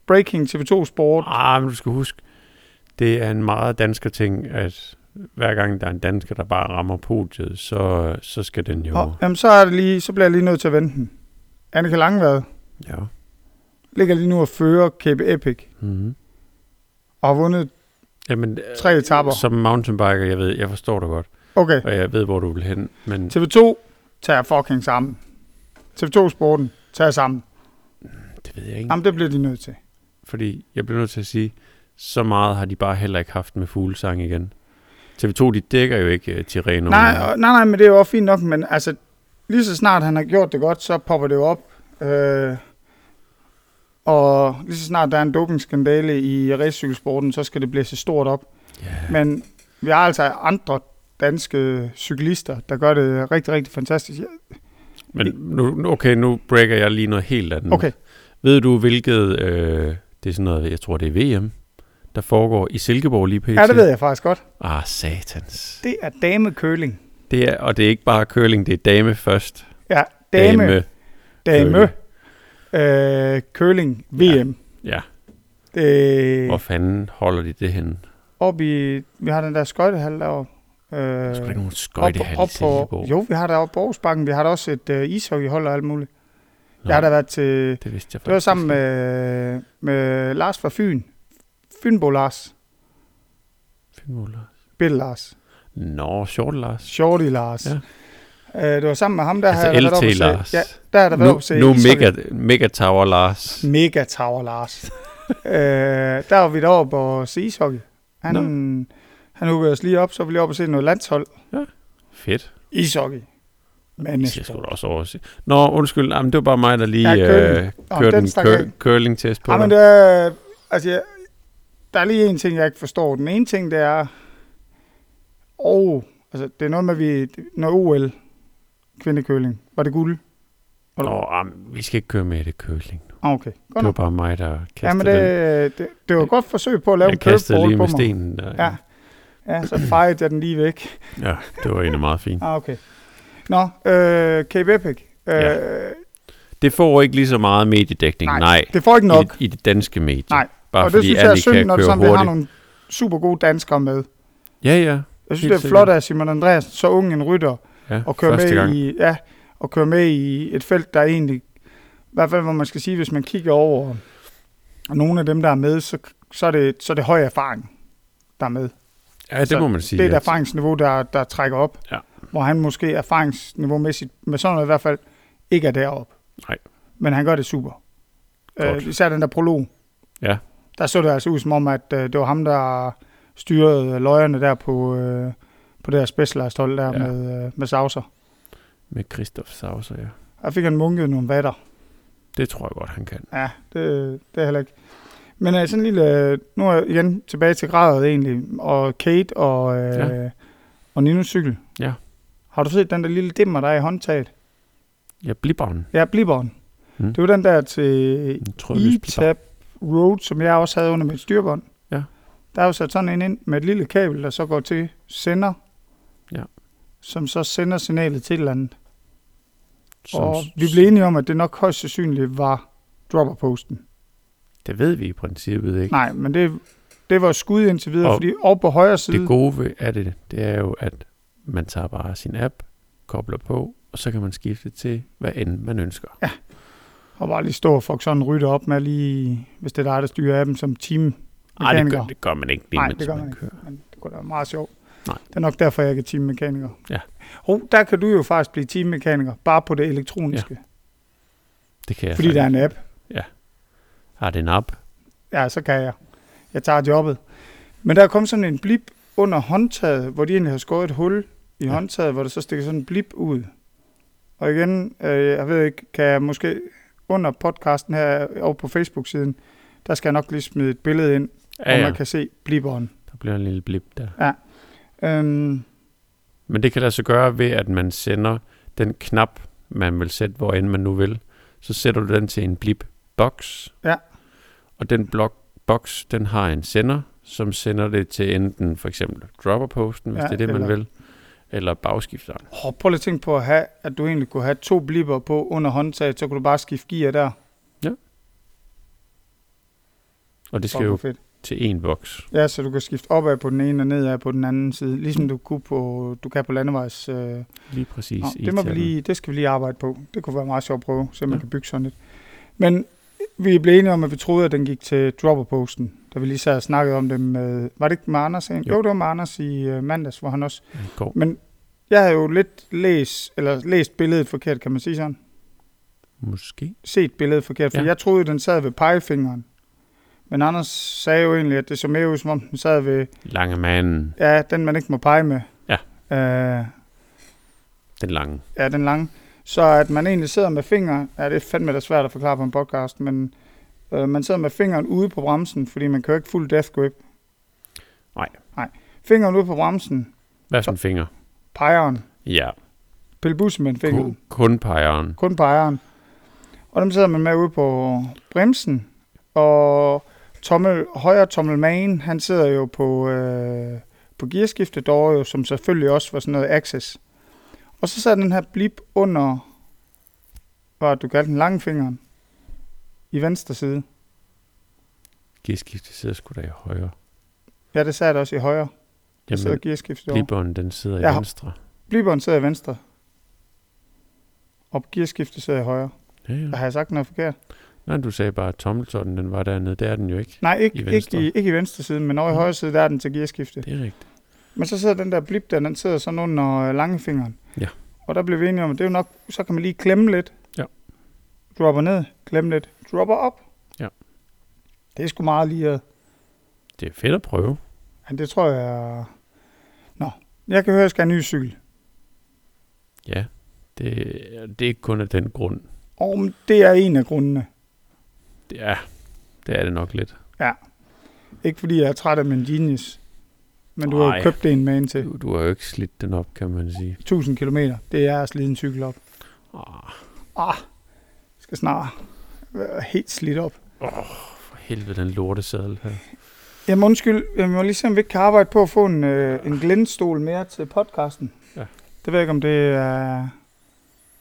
Speaker 1: breaking TV2 Sport.
Speaker 2: Ah, men du skal huske, det er en meget dansker ting, at hver gang der er en dansker, der bare rammer podiet, så, så skal den jo...
Speaker 1: Og, jamen, så, er det lige, så bliver jeg lige nødt til at vente den. Annika Langvad
Speaker 2: Ja.
Speaker 1: ligger lige nu og fører Cape Epic
Speaker 2: Mm-hmm.
Speaker 1: og har vundet
Speaker 2: Jamen, øh,
Speaker 1: tre etapper.
Speaker 2: som mountainbiker, jeg ved, jeg forstår dig godt,
Speaker 1: Okay,
Speaker 2: og jeg ved, hvor du vil hen, men
Speaker 1: TV2 tager fucking sammen. TV2 Sporten tager sammen.
Speaker 2: det ved jeg ikke.
Speaker 1: Jamen, det bliver de nødt til.
Speaker 2: fordi jeg bliver nødt til at sige, så meget har de bare heller ikke haft med fuglesang igen. TV2, de dækker jo ikke uh, Tirreno.
Speaker 1: Nej, og- nej, nej, men det er jo også fint nok, men altså, lige så snart han har gjort det godt, så popper det jo op. Øh, og lige så snart der er en dopingskandale i racecykelsporten, så skal det blæse stort op.
Speaker 2: Ja,
Speaker 1: Men vi har altså andre danske cyklister, der gør det rigtig, rigtig fantastisk. Ja,
Speaker 2: men nu, nu- okay, nu breaker jeg lige noget helt andet.
Speaker 1: Okay,
Speaker 2: Ved du, hvilket, øh, det er sådan noget, jeg tror, det er VM, der foregår i Silkeborg lige pt.
Speaker 1: ja, det ved jeg faktisk godt.
Speaker 2: Ah, satans.
Speaker 1: Det er damekøling.
Speaker 2: Det er, og det er ikke bare curling, det er dame først.
Speaker 1: Ja, dame, dame,
Speaker 2: Curling.
Speaker 1: øh, køling, VM.
Speaker 2: Ja,
Speaker 1: Det
Speaker 2: hvor fanden holder de det henne?
Speaker 1: Øh, op i, vi har den der skøjtehal deroppe.
Speaker 2: Der er sgu da
Speaker 1: Øh,
Speaker 2: ikke nogen skøjtehal i
Speaker 1: op
Speaker 2: Silkeborg.
Speaker 1: Jo, vi har der oppe på Aarhusbakken. Vi har der også et øh, ishockeyhold og alt muligt.
Speaker 2: Nå,
Speaker 1: Jeg har der været til...
Speaker 2: det vidste jeg faktisk
Speaker 1: Det var sammen
Speaker 2: ikke.
Speaker 1: med, med Lars fra Fyn. Fynbo Lars.
Speaker 2: Fynbo Lars.
Speaker 1: Bill Lars.
Speaker 2: Nå, Short Lars.
Speaker 1: Shorty Lars.
Speaker 2: Ja.
Speaker 1: Ja. Øh, det var sammen med ham, der har jeg været
Speaker 2: altså
Speaker 1: oppe at
Speaker 2: LT
Speaker 1: se-
Speaker 2: Lars.
Speaker 1: Ja, der har der været
Speaker 2: nu,
Speaker 1: oppe at se
Speaker 2: nu
Speaker 1: ishockey.
Speaker 2: mega, mega Tower Lars.
Speaker 1: Mega Tower Lars. øh, der var vi deroppe og se ishockey. Han, han huggede os lige op, så var vi lige oppe og se noget landshold.
Speaker 2: Fedt.
Speaker 1: Ishockey. Men
Speaker 2: Det skal jeg sgu da også overse. Nå, undskyld. Jamen, det var bare mig, der lige
Speaker 1: Ja, curling.
Speaker 2: øh,
Speaker 1: Nå,
Speaker 2: kørte
Speaker 1: den
Speaker 2: en
Speaker 1: stak
Speaker 2: cur-
Speaker 1: af.
Speaker 2: curling-test på
Speaker 1: Ja, men
Speaker 2: dig.
Speaker 1: det er, altså, jeg, der er lige en ting, jeg ikke forstår. Den ene ting, det er, og, altså, det er noget med, at vi, når OL, kvindekøling, var det guld? Var det,
Speaker 2: Nå, jamen, vi skal ikke køre med i det curling. nu.
Speaker 1: Ah, okay.
Speaker 2: Det
Speaker 1: Godt
Speaker 2: var
Speaker 1: nok.
Speaker 2: bare mig, der kastede
Speaker 1: Ja, men
Speaker 2: den.
Speaker 1: det, det, det var et godt forsøg på at lave
Speaker 2: Jeg
Speaker 1: en
Speaker 2: kastede lige
Speaker 1: curveball på mig.
Speaker 2: med stenen. Der.
Speaker 1: Ja. Ja, så fejede jeg den lige væk.
Speaker 2: ja, det var egentlig meget fint.
Speaker 1: Ah, okay. Nå, øh, Cape Epic. Øh,
Speaker 2: Ja. Det får ikke lige så meget mediedækning, nej,
Speaker 1: Nej,
Speaker 2: nej
Speaker 1: det får ikke nok,
Speaker 2: i, i det danske medie.
Speaker 1: Nej,
Speaker 2: bare
Speaker 1: og det
Speaker 2: fordi
Speaker 1: synes jeg er
Speaker 2: alle
Speaker 1: synd,
Speaker 2: kan
Speaker 1: når det
Speaker 2: køre
Speaker 1: sådan, vi har
Speaker 2: hurtigt.
Speaker 1: nogle super gode danskere med.
Speaker 2: Ja, ja.
Speaker 1: Jeg synes,
Speaker 2: Helt
Speaker 1: Helt det er
Speaker 2: sikkert.
Speaker 1: flot af Simon Andreas, så ung en rytter,
Speaker 2: ja
Speaker 1: og køre
Speaker 2: første
Speaker 1: med
Speaker 2: gang.
Speaker 1: i ja, og køre med i et felt der egentlig i hvert fald hvor man skal sige hvis man kigger over nogle af dem der er med så så er det så er det høj erfaring der er med.
Speaker 2: Ja, det
Speaker 1: Så
Speaker 2: må man sige.
Speaker 1: Det er et
Speaker 2: ja.
Speaker 1: erfaringsniveau der der trækker op.
Speaker 2: Ja.
Speaker 1: Hvor han måske erfaringsniveaumæssigt med sådan noget i hvert fald ikke er derop.
Speaker 2: Nej.
Speaker 1: Men han gør det super.
Speaker 2: Godt.
Speaker 1: Øh, især den der prolog.
Speaker 2: Ja.
Speaker 1: Der så det altså ud som om at øh, det var ham der styrede løjerne der på øh, på det her specialized hold der
Speaker 2: Ja.
Speaker 1: ja. med øh, med Sauser.
Speaker 2: Med Christoph Sauser, ja.
Speaker 1: Der fik han munket nogle vatter.
Speaker 2: Det tror jeg godt, han kan.
Speaker 1: Ja, det, det er heller ikke. Men uh, sådan en lille... øh, Nu er jeg igen tilbage til gradet egentlig. Og Kate og, uh,
Speaker 2: Ja.
Speaker 1: ja. og Ninos cykel.
Speaker 2: Ja.
Speaker 1: Har du set den der lille dimmer, der er i håndtaget?
Speaker 2: Ja, Blibbarn.
Speaker 1: Ja, blibberen.
Speaker 2: Mm.
Speaker 1: Mm. Det var den der til
Speaker 2: En trådløs Blibbarn.
Speaker 1: E-Tab Road, som jeg også havde under mit styrbånd.
Speaker 2: Ja.
Speaker 1: Der er jo sat sådan en ind med et lille kabel, der så går til sender.
Speaker 2: Ja.
Speaker 1: Som så sender signalet til et eller andet.
Speaker 2: Som-
Speaker 1: og vi blev enige om, at det nok højst sandsynligt var dropperposten.
Speaker 2: Det ved vi i princippet ikke.
Speaker 1: Nej, men det, det var skud indtil videre,
Speaker 2: Og
Speaker 1: og fordi over på højre side,
Speaker 2: Det gode ved er det, det er jo, at man tager bare sin app, kobler på, og så kan man skifte til, hvad end man ønsker.
Speaker 1: og bare lige stå og fuck sådan en rytter op med lige, hvis det er dig, der styrer af dem som team.
Speaker 2: Nej, det gør,
Speaker 1: Mekaniker.
Speaker 2: det gør man ikke lige,
Speaker 1: Nej,
Speaker 2: mens
Speaker 1: det gør
Speaker 2: man
Speaker 1: man ikke.
Speaker 2: kører.
Speaker 1: Men det kunne da være meget sjovt.
Speaker 2: Nej.
Speaker 1: Det er nok derfor, jeg ikke er teammekaniker.
Speaker 2: Ja.
Speaker 1: Oh, der kan du jo faktisk blive teammekaniker, bare på det elektroniske, ja,
Speaker 2: Det kan jeg
Speaker 1: fordi der er en app.
Speaker 2: Har det en app?
Speaker 1: Ja, så kan jeg. Jeg tager jobbet. Men der er kommet sådan en blip under håndtaget, hvor de egentlig har skåret et hul i
Speaker 2: Ja.
Speaker 1: ja. håndtaget, hvor der så stikker sådan en blip ud. Og igen, øh, jeg ved ikke, kan jeg måske under podcasten her over på Facebook-siden, der skal jeg nok lige smide et billede ind ja,
Speaker 2: Ja,
Speaker 1: hvor
Speaker 2: ja.
Speaker 1: man kan se blibberen.
Speaker 2: Der bliver en lille blip der.
Speaker 1: Øhm,
Speaker 2: Men det kan lade sig gøre ved, at man sender den knap, man vil sætte, hvor end man nu vil. Så sætter du den til en blip box.
Speaker 1: Ja.
Speaker 2: Og den blok box, den har en sender, som sender det til enten for eksempel dropperposten, hvis
Speaker 1: Ja,
Speaker 2: det er det, man
Speaker 1: eller-
Speaker 2: vil, eller bagskifteren.
Speaker 1: åh, prøv lige at tænke på, at, have, at du egentlig kunne have to blipper på under håndtaget, så kunne du bare skifte gear der.
Speaker 2: Og det skal
Speaker 1: Fuck, hvor
Speaker 2: jo
Speaker 1: fedt.
Speaker 2: til én boks.
Speaker 1: Ja, så du kan skifte opad på den ene og nedad på den anden side, ligesom du, kunne på, du kan på landevejs. Øh. Nå,
Speaker 2: Lige præcis. i
Speaker 1: det, må vi
Speaker 2: tanden.
Speaker 1: lige, det skal vi lige arbejde på. Det kunne være meget sjovt at prøve, så man
Speaker 2: Ja.
Speaker 1: kan bygge sådan lidt. Men øh, vi blev enige om, at vi troede, at den gik til dropperposten, da vi lige sad og snakkede om det med... Var det ikke med Anders? Jo,
Speaker 2: Jo.
Speaker 1: jo det var med Anders i øh, mandags, hvor han også...
Speaker 2: I går.
Speaker 1: Men jeg havde jo lidt læst, eller læst billedet forkert, kan man sige sådan?
Speaker 2: Måske.
Speaker 1: set billedet forkert, for ja.
Speaker 2: Ja.
Speaker 1: jeg troede, den sad ved pegefingeren. Men Anders sagde jo egentlig, at det så mere ud, som om den sad ved,
Speaker 2: Lange manden.
Speaker 1: ja, den man ikke må pege med.
Speaker 2: Ja.
Speaker 1: Øh,
Speaker 2: Den lange.
Speaker 1: ja, den lange. Så at man egentlig sidder med fingeren, ja, det er fandme da svært at forklare på en podcast, men øh, man sidder med fingeren ude på bremsen, fordi man kører ikke fuld death grip.
Speaker 2: Nej.
Speaker 1: Nej. Fingeren ude på bremsen,
Speaker 2: Hvad for en finger?
Speaker 1: pegeren,
Speaker 2: Ja.
Speaker 1: pille med fingeren.
Speaker 2: Kun, kun pegeren.
Speaker 1: kun pegeren. Og dem sidder man med ude på bremsen, og tommel, højre tommelmagen, han sidder jo på, øh, på gearskiftet dog, jo, som selvfølgelig også var sådan noget access. Og så sad den her blip under, hvad du kaldte den, langfingeren, i venstre side.
Speaker 2: Gearskiftet sidder sgu da i højre.
Speaker 1: Ja, det sad der også i højre, der sidder
Speaker 2: Jamen,
Speaker 1: gearskiftet over.
Speaker 2: blibberen, den sidder
Speaker 1: Ja.
Speaker 2: i venstre.
Speaker 1: Bliberen sidder i venstre, og gearskiftet sidder i højre.
Speaker 2: Ja, ja.
Speaker 1: Har jeg sagt noget forkert?
Speaker 2: Nej, du sagde bare, at tommeltotten, den var dernede. Det er den jo ikke.
Speaker 1: Nej, ikke
Speaker 2: I
Speaker 1: i,
Speaker 2: venstre.
Speaker 1: ikke, i, ikke i venstre side, men over i
Speaker 2: Mm.
Speaker 1: højre side, der er den til gearskifte.
Speaker 2: Det er rigtigt.
Speaker 1: Men så sidder den der blip der, den sidder sådan under øh, langfingeren.
Speaker 2: Ja.
Speaker 1: Og der blev vi enige om, at det er jo nok, så kan man lige klemme lidt.
Speaker 2: Ja.
Speaker 1: Dropper ned, klemme lidt, dropper op.
Speaker 2: Ja.
Speaker 1: Det er sgu meget lige at...
Speaker 2: Det er fedt at prøve.
Speaker 1: Ja, det tror jeg... Nå, jeg kan høre, at jeg skal have en ny cykel.
Speaker 2: Ja, det, det er ikke kun af den grund.
Speaker 1: Og men det er en af grundene.
Speaker 2: Det er, det, er det nok lidt.
Speaker 1: Ikke fordi jeg er træt af min Genius. Men du har jo
Speaker 2: Ej.
Speaker 1: købt en med ind til
Speaker 2: Du, du har jo ikke slidt den op, kan man sige.
Speaker 1: 1000 km. Det er at slide en cykel op.
Speaker 2: Åh,
Speaker 1: Ah, skal snart være helt slidt op.
Speaker 2: for helvede, den lortesadel her.
Speaker 1: Jamen undskyld, jeg må lige se, om vi ikke kan arbejde på at få en, øh, en glindstol mere til podcasten.
Speaker 2: Ja.
Speaker 1: Det ved jeg ikke, om det er...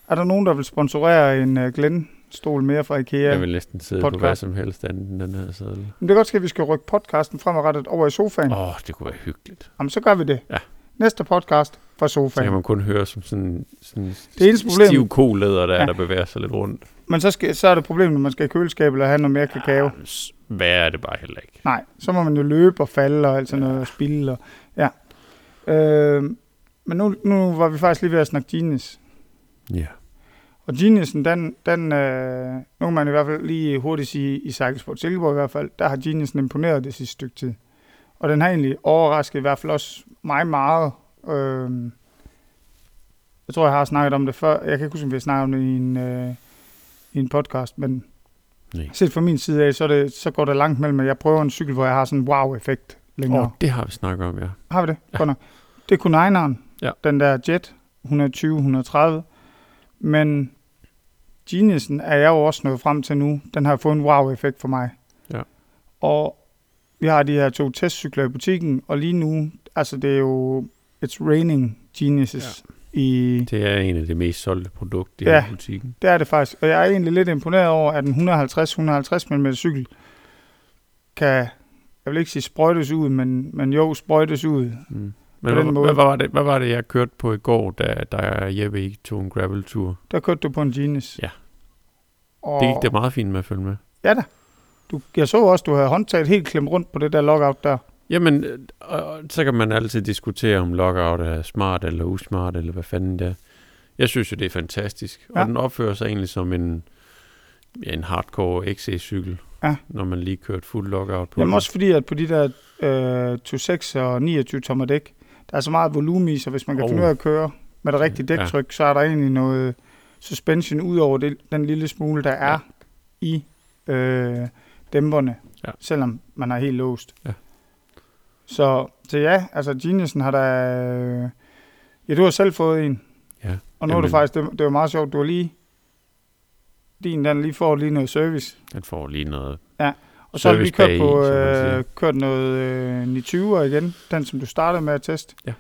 Speaker 1: Er der nogen, der vil sponsorere en øh, glindstol mere fra IKEA?
Speaker 2: Jeg vil næsten sidde
Speaker 1: podcast.
Speaker 2: på hvad som helst andet end den her sadel.
Speaker 1: Men det er godt ske, at vi skal rykke podcasten fremadrettet over i sofaen.
Speaker 2: Åh, oh, det kunne være hyggeligt.
Speaker 1: Jamen, så gør vi det.
Speaker 2: Ja.
Speaker 1: Næste podcast fra
Speaker 2: Så
Speaker 1: sofaen.
Speaker 2: kan man kun høre som sådan, sådan
Speaker 1: Det eneste problem-
Speaker 2: stiv kolæder, der,
Speaker 1: Ja.
Speaker 2: ja. der bevæger sig lidt rundt.
Speaker 1: Men så, skal, så er det problemet, når man skal i køleskabet og have noget mere kakao.
Speaker 2: Ah, s- Hvad er det bare heller ikke?
Speaker 1: Nej, så må man jo løbe og falde og alt sådan noget, og spille. Og, ja. Øh, men nu, nu var vi faktisk lige ved at snakke Genius.
Speaker 2: Ja.
Speaker 1: Og Geniusen, den, den øh, nu kan man i hvert fald lige hurtigt sige, i Cykelsport Silkeborg i hvert fald, der har Geniusen imponeret det sidste stykke tid. Og den har egentlig overrasket i hvert fald også mig meget. Øh, jeg tror, jeg har snakket om det før. Jeg kan ikke huske, om vi har snakket om det i en, øh, i en podcast, men
Speaker 2: Nej.
Speaker 1: set fra min side af, så, er det, så går det langt mellem, at jeg prøver en cykel, hvor jeg har sådan en wow-effekt længere.
Speaker 2: Oh, det har vi snakket om, ja.
Speaker 1: Har vi det? Ja. Godt nok. Det kunne Nineren,
Speaker 2: Ja.
Speaker 1: den der Jet 120-130. Men Geniusen er jeg jo også nået frem til nu. Den har fået en wow-effekt for mig.
Speaker 2: Ja.
Speaker 1: Og vi har de her to testcykler i butikken, og lige nu, altså det er jo, it's raining geniuses ja. i,
Speaker 2: Det er en af de mest solgte produkter i
Speaker 1: Ja.
Speaker 2: ja. butikken.
Speaker 1: det er det faktisk. Og jeg er egentlig lidt imponeret over, at en 150-150 mm cykel kan, jeg vil ikke sige sprøjtes ud, men, men jo, sprøjtes ud.
Speaker 2: Mm.
Speaker 1: På
Speaker 2: Men hvad,
Speaker 1: den måde.
Speaker 2: hvad, hvad, var det, hvad var det, jeg kørte på i går, da, da Jeppe ikke tog en graveltur?
Speaker 1: Der kørte du på en Genius.
Speaker 2: Ja.
Speaker 1: Og
Speaker 2: Det gik da meget fint med at følge med.
Speaker 1: Ja da. Du, jeg så også, du havde håndtaget helt klemt rundt på det der lockout der.
Speaker 2: Jamen, øh, og- og så kan man altid diskutere, om lockout er smart eller usmart, eller hvad fanden det er. Jeg synes jo, det er fantastisk. Ja.
Speaker 1: Ja.
Speaker 2: Og den opfører sig egentlig som en, ja, en hardcore XC-cykel,
Speaker 1: Ja.
Speaker 2: når man lige kørt fuld lockout på
Speaker 1: Jamen
Speaker 2: den.
Speaker 1: også fordi, at på de der øh, 26 og 29 tommer dæk, der er så meget volumen i, så hvis man kan oh.
Speaker 2: Oh.
Speaker 1: finde ud af at køre med det rigtige
Speaker 2: Ja.
Speaker 1: dæktryk, ja. så er der egentlig noget suspension ud over det, den lille smule, der er ja. i øh, dæmperne,
Speaker 2: Ja.
Speaker 1: selvom man er helt låst.
Speaker 2: Ja.
Speaker 1: Så, så ja, altså Geniusen har da... øh, Ja, du har selv fået en,
Speaker 2: Ja.
Speaker 1: og nu er du
Speaker 2: Jamen.
Speaker 1: faktisk... Det, det var meget sjovt, du har lige... Din, den lige får lige noget service.
Speaker 2: Den får lige noget.
Speaker 1: Og så har vi
Speaker 2: Service
Speaker 1: kørt,
Speaker 2: bag i,
Speaker 1: på,
Speaker 2: som man
Speaker 1: øh,
Speaker 2: siger.
Speaker 1: kørt noget øh, 920'er igen, den som du startede med at teste.
Speaker 2: Ja.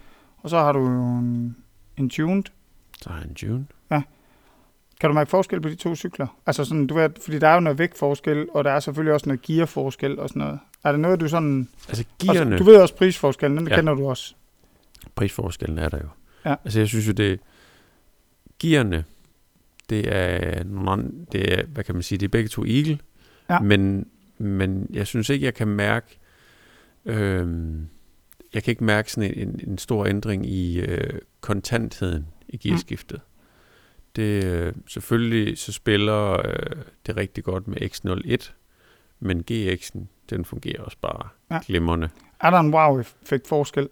Speaker 1: Og så har du jo en, en tuned.
Speaker 2: Så har han June.
Speaker 1: Kan du mærke forskel på de to cykler? Altså sådan, du ved, fordi der er jo noget vægtforskel, og der er selvfølgelig også noget gearforskel og sådan noget. Er det noget, du sådan...
Speaker 2: Altså
Speaker 1: Altså,
Speaker 2: gearne,
Speaker 1: du ved også prisforskellen, den ja.
Speaker 2: Ja.
Speaker 1: kender du også.
Speaker 2: prisforskellen er der jo.
Speaker 1: Ja.
Speaker 2: Altså jeg synes jo, det gearne, det er, nogle andre- det er, hvad kan man sige, det er begge to Eagle,
Speaker 1: Ja.
Speaker 2: men, men jeg synes ikke, jeg kan mærke, øhm, jeg kan ikke mærke sådan en, en, en stor ændring i øh, kontantheden i gearskiftet.
Speaker 1: Mm.
Speaker 2: Det, øh, selvfølgelig så spiller øh, det rigtig godt med X01, men GX'en, den fungerer også bare
Speaker 1: Ja.
Speaker 2: ja. glimrende.
Speaker 1: Er der en wow-effekt forskel?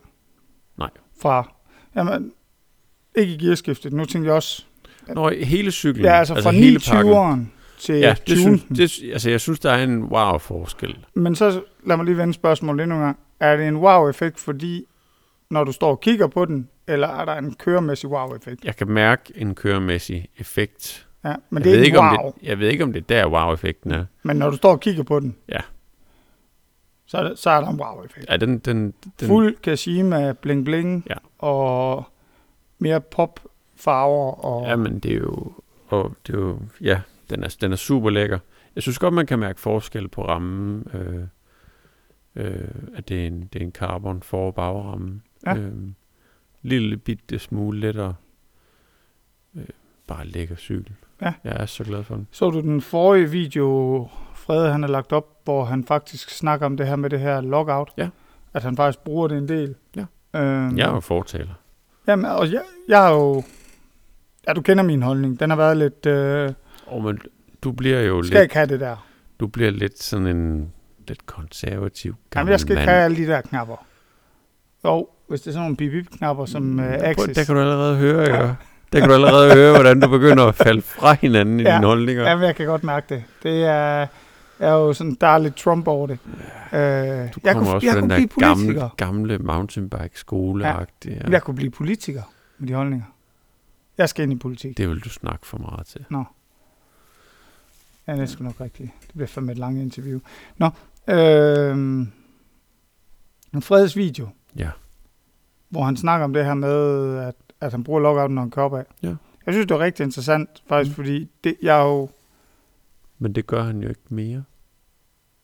Speaker 2: Nej.
Speaker 1: Fra... Jamen, ikke i gearskiftet. Nu tænker jeg også...
Speaker 2: Nå, hele cyklen.
Speaker 1: Ja, altså, altså fra
Speaker 2: hele pakken.
Speaker 1: 29'eren til
Speaker 2: Ja, det synes,
Speaker 1: tunen.
Speaker 2: det, sy- altså jeg synes, der er en wow-forskel.
Speaker 1: Men så lad mig lige vende spørgsmålet endnu en gang. Er det en wow-effekt, fordi når du står og kigger på den, eller er der en køremæssig wow-effekt?
Speaker 2: Jeg kan mærke en køremæssig effekt.
Speaker 1: Ja, men
Speaker 2: jeg,
Speaker 1: det er
Speaker 2: ved
Speaker 1: ikke
Speaker 2: ikke,
Speaker 1: wow.
Speaker 2: om det, jeg ved ikke, om det er der wow-effekten er.
Speaker 1: Men når du står og kigger på den,
Speaker 2: Ja.
Speaker 1: så, er der, så er der en wow-effekt.
Speaker 2: Ja, den, den, den,
Speaker 1: Fuld Kashima, bling bling,
Speaker 2: Ja.
Speaker 1: og mere pop farver og
Speaker 2: ja, men det er jo... Og det er jo ja, den er, den er super lækker. Jeg synes godt, man kan mærke forskel på rammen. Øh, øh, at det er en, det er en carbon for- og bagramme.
Speaker 1: Ja.
Speaker 2: Øh, lille bitte smule lettere. Øh, bare lækker cykel.
Speaker 1: Ja.
Speaker 2: Jeg er så glad for den.
Speaker 1: Så du den forrige video, Frede han har lagt op, hvor han faktisk snakker om det her med det her lockout?
Speaker 2: Ja.
Speaker 1: At han faktisk bruger det en del.
Speaker 2: Ja.
Speaker 1: Øhm,
Speaker 2: Jeg er jo fortaler.
Speaker 1: Jamen, og jeg, jeg har jo... Ja, du kender min holdning. Den har været lidt... Øh,
Speaker 2: Og men du bliver jo
Speaker 1: skal jeg
Speaker 2: lidt,
Speaker 1: ikke have det der?
Speaker 2: du bliver lidt sådan en lidt konservativ
Speaker 1: Jamen,
Speaker 2: gammel
Speaker 1: jeg skal
Speaker 2: mand.
Speaker 1: ikke have alle de der knapper. Jo, hvis det er sådan nogle bip-bip-knapper, som øh,
Speaker 2: Der-
Speaker 1: Axis...
Speaker 2: Der kan du allerede høre, ja. Der kan du allerede høre, hvordan du begynder at falde fra hinanden i
Speaker 1: Ja.
Speaker 2: dine holdninger.
Speaker 1: Jamen, jeg kan godt mærke det. Det er, er jo sådan, der er lidt Trump over det. Øh, jeg
Speaker 2: Du kommer også fra den der gamle,
Speaker 1: politiker.
Speaker 2: gamle mountainbike skole ja.
Speaker 1: Ja. Jeg kunne blive politiker med de holdninger. Jeg skal ind i politik.
Speaker 2: Det vil du snakke for meget til.
Speaker 1: Ja, det er sgu nok rigtigt. Det bliver fandme et langt interview. Nå, øh, en Freds video,
Speaker 2: Ja.
Speaker 1: hvor han snakker om det her med, at, at han bruger lockouten, når han kører af.
Speaker 2: Ja.
Speaker 1: Jeg synes, det er rigtig interessant, faktisk, mm. fordi det, jeg er jo...
Speaker 2: Men det gør han jo ikke mere.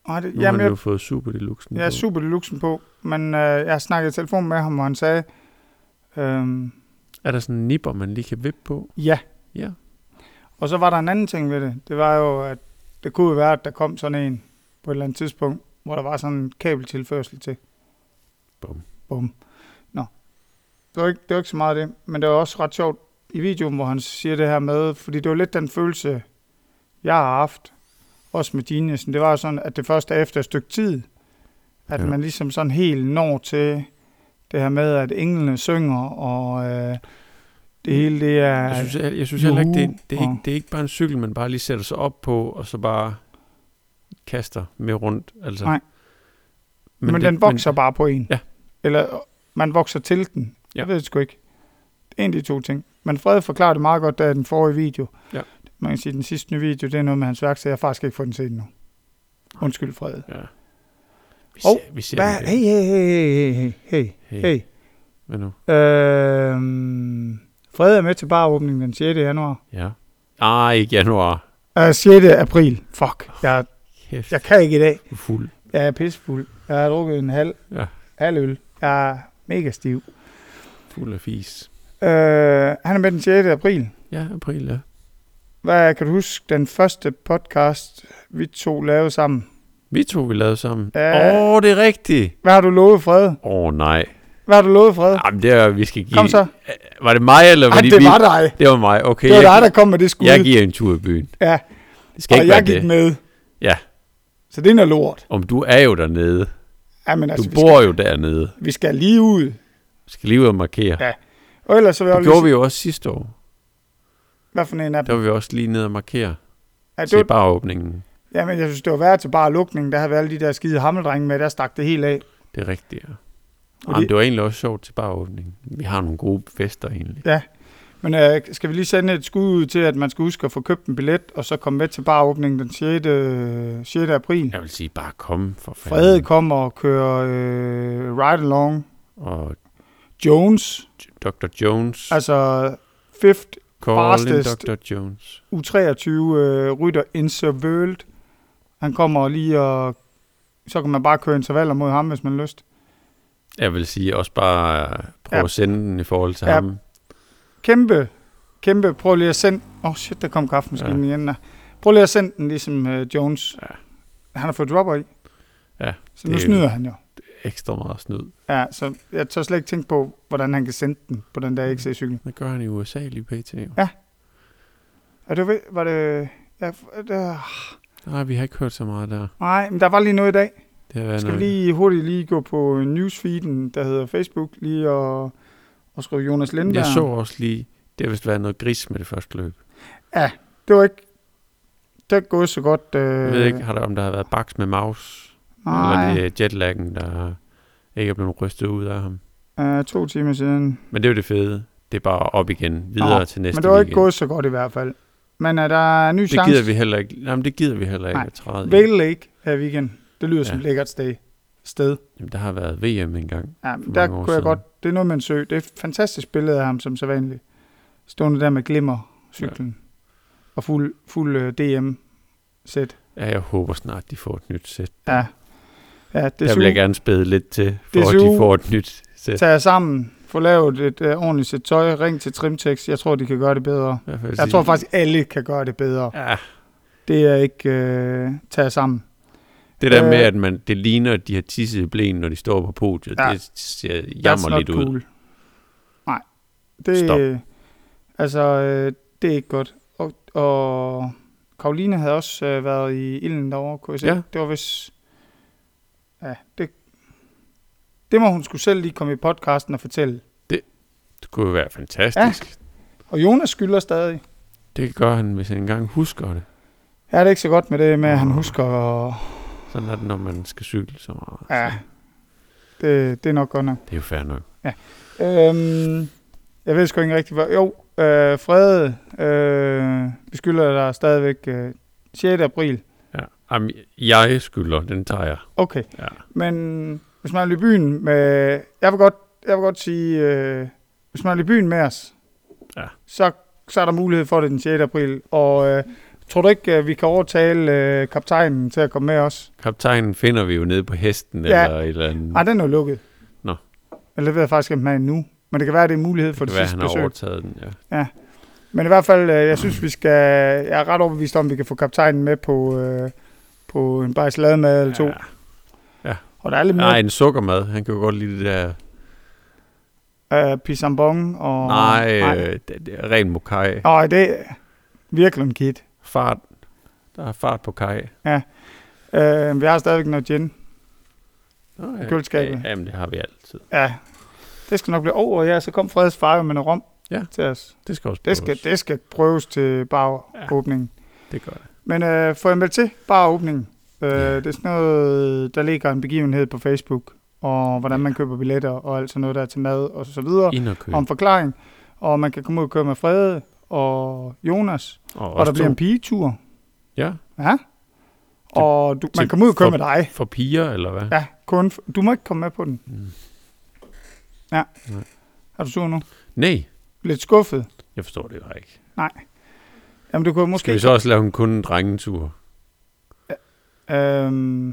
Speaker 1: Nej, det,
Speaker 2: Nu Jamen, har
Speaker 1: jamen,
Speaker 2: han
Speaker 1: jeg,
Speaker 2: jo fået super deluxe.
Speaker 1: jeg er super deluxen på, men øh, jeg snakkede i telefon med ham, og han sagde, øhm,
Speaker 2: Er der sådan en nipper, man lige kan vippe på?
Speaker 1: ja.
Speaker 2: Ja.
Speaker 1: Og så var der en anden ting ved det. Det var jo, at det kunne jo være, at der kom sådan en på et eller andet tidspunkt, hvor der var sådan en kabeltilførsel til.
Speaker 2: Bum.
Speaker 1: Bum. Nå. Det var, ikke, det var ikke så meget det, men det var også ret sjovt i videoen, hvor han siger det her med, fordi det var lidt den følelse, jeg har haft, også med Geniusen. Det var sådan, at det først er efter et stykke tid, at ja.
Speaker 2: Ja.
Speaker 1: man ligesom sådan helt når til det her med, at englene synger, og øh, det hele det er...
Speaker 2: Jeg synes, jeg, jeg synes
Speaker 1: Juhu,
Speaker 2: heller ikke det, er- det er
Speaker 1: og-
Speaker 2: ikke, det er ikke bare en cykel, man bare lige sætter sig op på, og så bare kaster med rundt. Altså.
Speaker 1: Nej. Men, men
Speaker 2: det-
Speaker 1: den vokser men, bare på en.
Speaker 2: Ja.
Speaker 1: Eller man vokser til den. Ja.
Speaker 2: Ja.
Speaker 1: Jeg ved det sgu ikke. Det er en af de to ting. Men Fred forklarede det meget godt, da den forrige video.
Speaker 2: Ja.
Speaker 1: Man kan sige, at den sidste nye video, det er noget med hans værksted. Jeg har faktisk ikke fået den set endnu. Undskyld, Fred.
Speaker 2: Ja. Vi
Speaker 1: Hov,
Speaker 2: ser, vi ser
Speaker 1: Hvad?
Speaker 2: den der.
Speaker 1: Hey, hey, hey, hey, hey, hey, hey.
Speaker 2: Hvad nu?
Speaker 1: Øhm, Fred er med til baråbningen den 6. januar.
Speaker 2: Ja. Ah, ikke januar.
Speaker 1: Uh, 6. april. Fuck. Jeg,
Speaker 2: Kæft,
Speaker 1: jeg kan ikke i dag.
Speaker 2: du er fuld.
Speaker 1: Jeg er pissefuld. Jeg har drukket en halv,
Speaker 2: Ja.
Speaker 1: halv øl. Jeg er mega stiv.
Speaker 2: Fuld af fis.
Speaker 1: Øh, han er med den 6. april.
Speaker 2: Ja, april, ja.
Speaker 1: Hvad kan du huske den første podcast, vi to lavede sammen?
Speaker 2: Vi to, vi lavede sammen. Åh,
Speaker 1: Ja.
Speaker 2: oh, det er rigtigt.
Speaker 1: Hvad har du lovet, Fred?
Speaker 2: Åh, oh, nej.
Speaker 1: Hvad har du lovet, Fred?
Speaker 2: Jamen, det er, vi skal give...
Speaker 1: Kom så.
Speaker 2: Var det mig, eller
Speaker 1: Ej,
Speaker 2: var det
Speaker 1: det
Speaker 2: vi?
Speaker 1: var dig.
Speaker 2: Det var mig, okay.
Speaker 1: Det var
Speaker 2: jeg,
Speaker 1: dig, der kom med det skud.
Speaker 2: gi- jeg giver en tur i byen.
Speaker 1: Ja,
Speaker 2: Det skal
Speaker 1: og
Speaker 2: ikke
Speaker 1: jeg
Speaker 2: være
Speaker 1: gik
Speaker 2: det.
Speaker 1: med.
Speaker 2: Ja.
Speaker 1: Så det er noget lort.
Speaker 2: Om du er jo dernede.
Speaker 1: Ja, men
Speaker 2: Du
Speaker 1: altså, vi,
Speaker 2: bor jo dernede.
Speaker 1: skal, vi skal lige ud.
Speaker 2: Du skal lige ud og markere.
Speaker 1: Ja, Og ellers så vil jeg
Speaker 2: Det
Speaker 1: jo lige
Speaker 2: gjorde vi
Speaker 1: sige,
Speaker 2: jo også sidste år.
Speaker 1: hvad for en af
Speaker 2: Der
Speaker 1: dem?
Speaker 2: var vi også lige nede og markere
Speaker 1: Ja,
Speaker 2: ja,
Speaker 1: det, var,
Speaker 2: til baråbningen.
Speaker 1: Ja, men jeg synes, det var værd til bare lukningen. Der havde været alle de der skide hammeldrenge med, der stak det helt af.
Speaker 2: Det er rigtigt, ja.
Speaker 1: Og
Speaker 2: Jamen,
Speaker 1: det-
Speaker 2: det var egentlig også sjovt til bare åbningen. Vi har nogle gode fester egentlig.
Speaker 1: Men øh, skal vi lige sende et skud ud til, at man skal huske at få købt en billet, og så komme med til baråbningen den 6. Øh, 6. april.
Speaker 2: Jeg vil sige, bare kom for fanden.
Speaker 1: Frede kommer og kører øh, Ride Along.
Speaker 2: Og
Speaker 1: Jones,
Speaker 2: J- Dr. Jones. Altså,
Speaker 1: altså Fifth
Speaker 2: Calling
Speaker 1: fastest-
Speaker 2: Dr. Jones.
Speaker 1: U23 øh, rytter in the world. Han kommer lige og... Så kan man bare køre intervaller mod ham, hvis man har lyst.
Speaker 2: Jeg vil sige også bare øh, prøve
Speaker 1: Ja.
Speaker 2: at sende den i forhold til
Speaker 1: Ja.
Speaker 2: ham.
Speaker 1: Kæmpe, kæmpe. Prøv lige at sende... Åh oh shit, der kom kaffemaskinen ja. igen. der. Prøv lige at sende den, ligesom øh, Jones.
Speaker 2: Ja.
Speaker 1: Han har fået dropper i.
Speaker 2: Ja,
Speaker 1: Så nu
Speaker 2: det-
Speaker 1: snyder han jo.
Speaker 2: Ekstra meget snyd.
Speaker 1: Ja, så jeg tør slet ikke tænke på, hvordan han kan sende den på den der XC-cykel.
Speaker 2: Det gør han i USA lige pt. jo.
Speaker 1: Ja. Er det, ved- var det... Ja, f- det,
Speaker 2: Nej, vi har ikke hørt så meget der.
Speaker 1: nej, men der var lige noget i dag.
Speaker 2: Det har været
Speaker 1: Skal vi
Speaker 2: noget.
Speaker 1: lige hurtigt lige gå på newsfeeden, der hedder Facebook, lige og, og skrive Jonas Lindberg?
Speaker 2: Jeg så også lige, det har vist været noget gris med det første løb.
Speaker 1: Det var ikke... Det er ikke gået så godt. Øh,
Speaker 2: Jeg ved ikke, har der, om der har været baks med Maus. Eller
Speaker 1: Nej,
Speaker 2: det er jetlaggen, der ikke er blevet rystet ud af ham.
Speaker 1: øh, to timer siden.
Speaker 2: Men det er jo det fede. Det er bare op igen, videre
Speaker 1: Nå,
Speaker 2: til næste
Speaker 1: Men det var ikke
Speaker 2: weekend.
Speaker 1: gået så godt i hvert fald. Men er der en ny
Speaker 2: Det
Speaker 1: chance?
Speaker 2: gider vi heller ikke. Jamen, det gider vi heller ikke
Speaker 1: Nej.
Speaker 2: at træde i.
Speaker 1: Vale Lake er i weekend. Det lyder ja. som
Speaker 2: Ja.
Speaker 1: et lækkert sted. sted.
Speaker 2: Jamen, der har været VM engang.
Speaker 1: Ja, men
Speaker 2: For
Speaker 1: der
Speaker 2: mange
Speaker 1: kunne
Speaker 2: år
Speaker 1: jeg
Speaker 2: siden.
Speaker 1: godt... Det er noget med en sø. Det er et fantastisk billede af ham, som så vanligt. Stående der med glimmer cyklen. Ja. Og fuld, fuld øh, DM-sæt.
Speaker 2: Ja, jeg håber snart, de får et nyt sæt.
Speaker 1: Ja. ja, det
Speaker 2: Der
Speaker 1: suger.
Speaker 2: vil jeg gerne spæde lidt til, for
Speaker 1: Det
Speaker 2: at de
Speaker 1: suger.
Speaker 2: får et nyt sæt.
Speaker 1: Tag jer sammen, få lavet et øh, ordentligt sæt tøj, ring til Trimtex. Jeg tror, de kan gøre det bedre.
Speaker 2: Hvad vil
Speaker 1: Jeg
Speaker 2: sige?
Speaker 1: tror faktisk, alle kan gøre det bedre.
Speaker 2: Ja,
Speaker 1: Det er ikke øh, tage jer sammen.
Speaker 2: det der
Speaker 1: Øh.
Speaker 2: med, at man, det ligner, at de har tisset i blæen, når de står på podiet,
Speaker 1: Ja.
Speaker 2: ja. det ser
Speaker 1: That's
Speaker 2: jammer
Speaker 1: not
Speaker 2: lidt ud.
Speaker 1: cool. Nej. Det, øh,
Speaker 2: Stop.
Speaker 1: Altså, øh, det er ikke godt. Og, og Karoline havde også øh, været i ilden derovre, kunne jeg se.
Speaker 2: Ja.
Speaker 1: Det var vist... Ja, det... Det må hun skulle selv lige komme i podcasten og fortælle.
Speaker 2: Det kunne jo være fantastisk. Ja.
Speaker 1: Og Jonas skylder stadig.
Speaker 2: Det gør han, hvis han engang husker det.
Speaker 1: Ja, det er ikke så godt med det med, at han husker at
Speaker 2: Sådan er det, når man skal cykle så meget.
Speaker 1: Ja,
Speaker 2: Så
Speaker 1: det, det er nok godt nok.
Speaker 2: det er jo fair nok.
Speaker 1: Øhm, jeg ved sgu ikke rigtig, hvor... Jo, øh, Frede, øh, vi skylder dig stadigvæk øh, 6. april.
Speaker 2: Ja. Jamen, jeg skylder, den tager jeg.
Speaker 1: Okay,
Speaker 2: Ja.
Speaker 1: men hvis man er i byen med... Jeg vil godt, jeg vil godt sige, øh, hvis man er i byen med os,
Speaker 2: Ja.
Speaker 1: så, så er der mulighed for det den 6. april. Og øh, tror du ikke, øh, vi kan overtale øh, kaptajnen til at komme med os?
Speaker 2: Kaptajnen finder vi jo nede på hesten
Speaker 1: Ja.
Speaker 2: ja. eller et eller andet.
Speaker 1: Nej, den er jo lukket.
Speaker 2: Nå.
Speaker 1: Eller det ved jeg faktisk ikke, om han er nu. Men det kan være, at det er en mulighed for
Speaker 2: det
Speaker 1: det,
Speaker 2: kan
Speaker 1: det
Speaker 2: være,
Speaker 1: sidste
Speaker 2: han har
Speaker 1: besøg.
Speaker 2: overtaget den, ja.
Speaker 1: Men i hvert fald, øh, jeg synes, vi skal... Jeg er ret overbevist om, at vi kan få kaptajnen med på, øh, på en bare salade med eller to.
Speaker 2: Ja.
Speaker 1: Og der er lidt
Speaker 2: Nej,
Speaker 1: mere
Speaker 2: en sukkermad. Han kan jo godt lide det der...
Speaker 1: øh, pisambong og...
Speaker 2: Nej, øh, det, det er ren mokai.
Speaker 1: Og det er virkelig en kit.
Speaker 2: Fart. Der er fart på kaj.
Speaker 1: Øh, vi har stadigvæk noget gin.
Speaker 2: Oh,
Speaker 1: Køleskabet.
Speaker 2: Jamen, det har vi altid.
Speaker 1: Ja, det skal nok blive over. Ja, så kom Freds far jo med noget rom
Speaker 2: Ja.
Speaker 1: til os.
Speaker 2: Det skal også
Speaker 1: Det
Speaker 2: prøves.
Speaker 1: skal, det skal prøves til baråbningen. Ja.
Speaker 2: det gør det.
Speaker 1: Men øh, få jer meldt til baråbningen. Øh,
Speaker 2: Ja.
Speaker 1: Det er sådan noget, der ligger en begivenhed på Facebook, og hvordan man køber billetter, og alt sådan noget der er til mad, og så videre.
Speaker 2: Ind og købe.
Speaker 1: om forklaring. Og man kan komme ud og køre med Frede og Jonas.
Speaker 2: og,
Speaker 1: Og, og der
Speaker 2: også
Speaker 1: bliver
Speaker 2: to.
Speaker 1: en pigetur.
Speaker 2: Ja,
Speaker 1: Ja. Og du, man
Speaker 2: til-
Speaker 1: kan ud og køre
Speaker 2: for-
Speaker 1: med dig.
Speaker 2: for piger, eller hvad?
Speaker 1: Ja, kun. f- Du må ikke komme med på den.
Speaker 2: Mm.
Speaker 1: Er du sur nu?
Speaker 2: Nej,
Speaker 1: Lidt skuffet.
Speaker 2: jeg forstår det bare ikke.
Speaker 1: Jamen, du kunne måske...
Speaker 2: Skal vi så også lave en kun en drengetur?
Speaker 1: Øhm,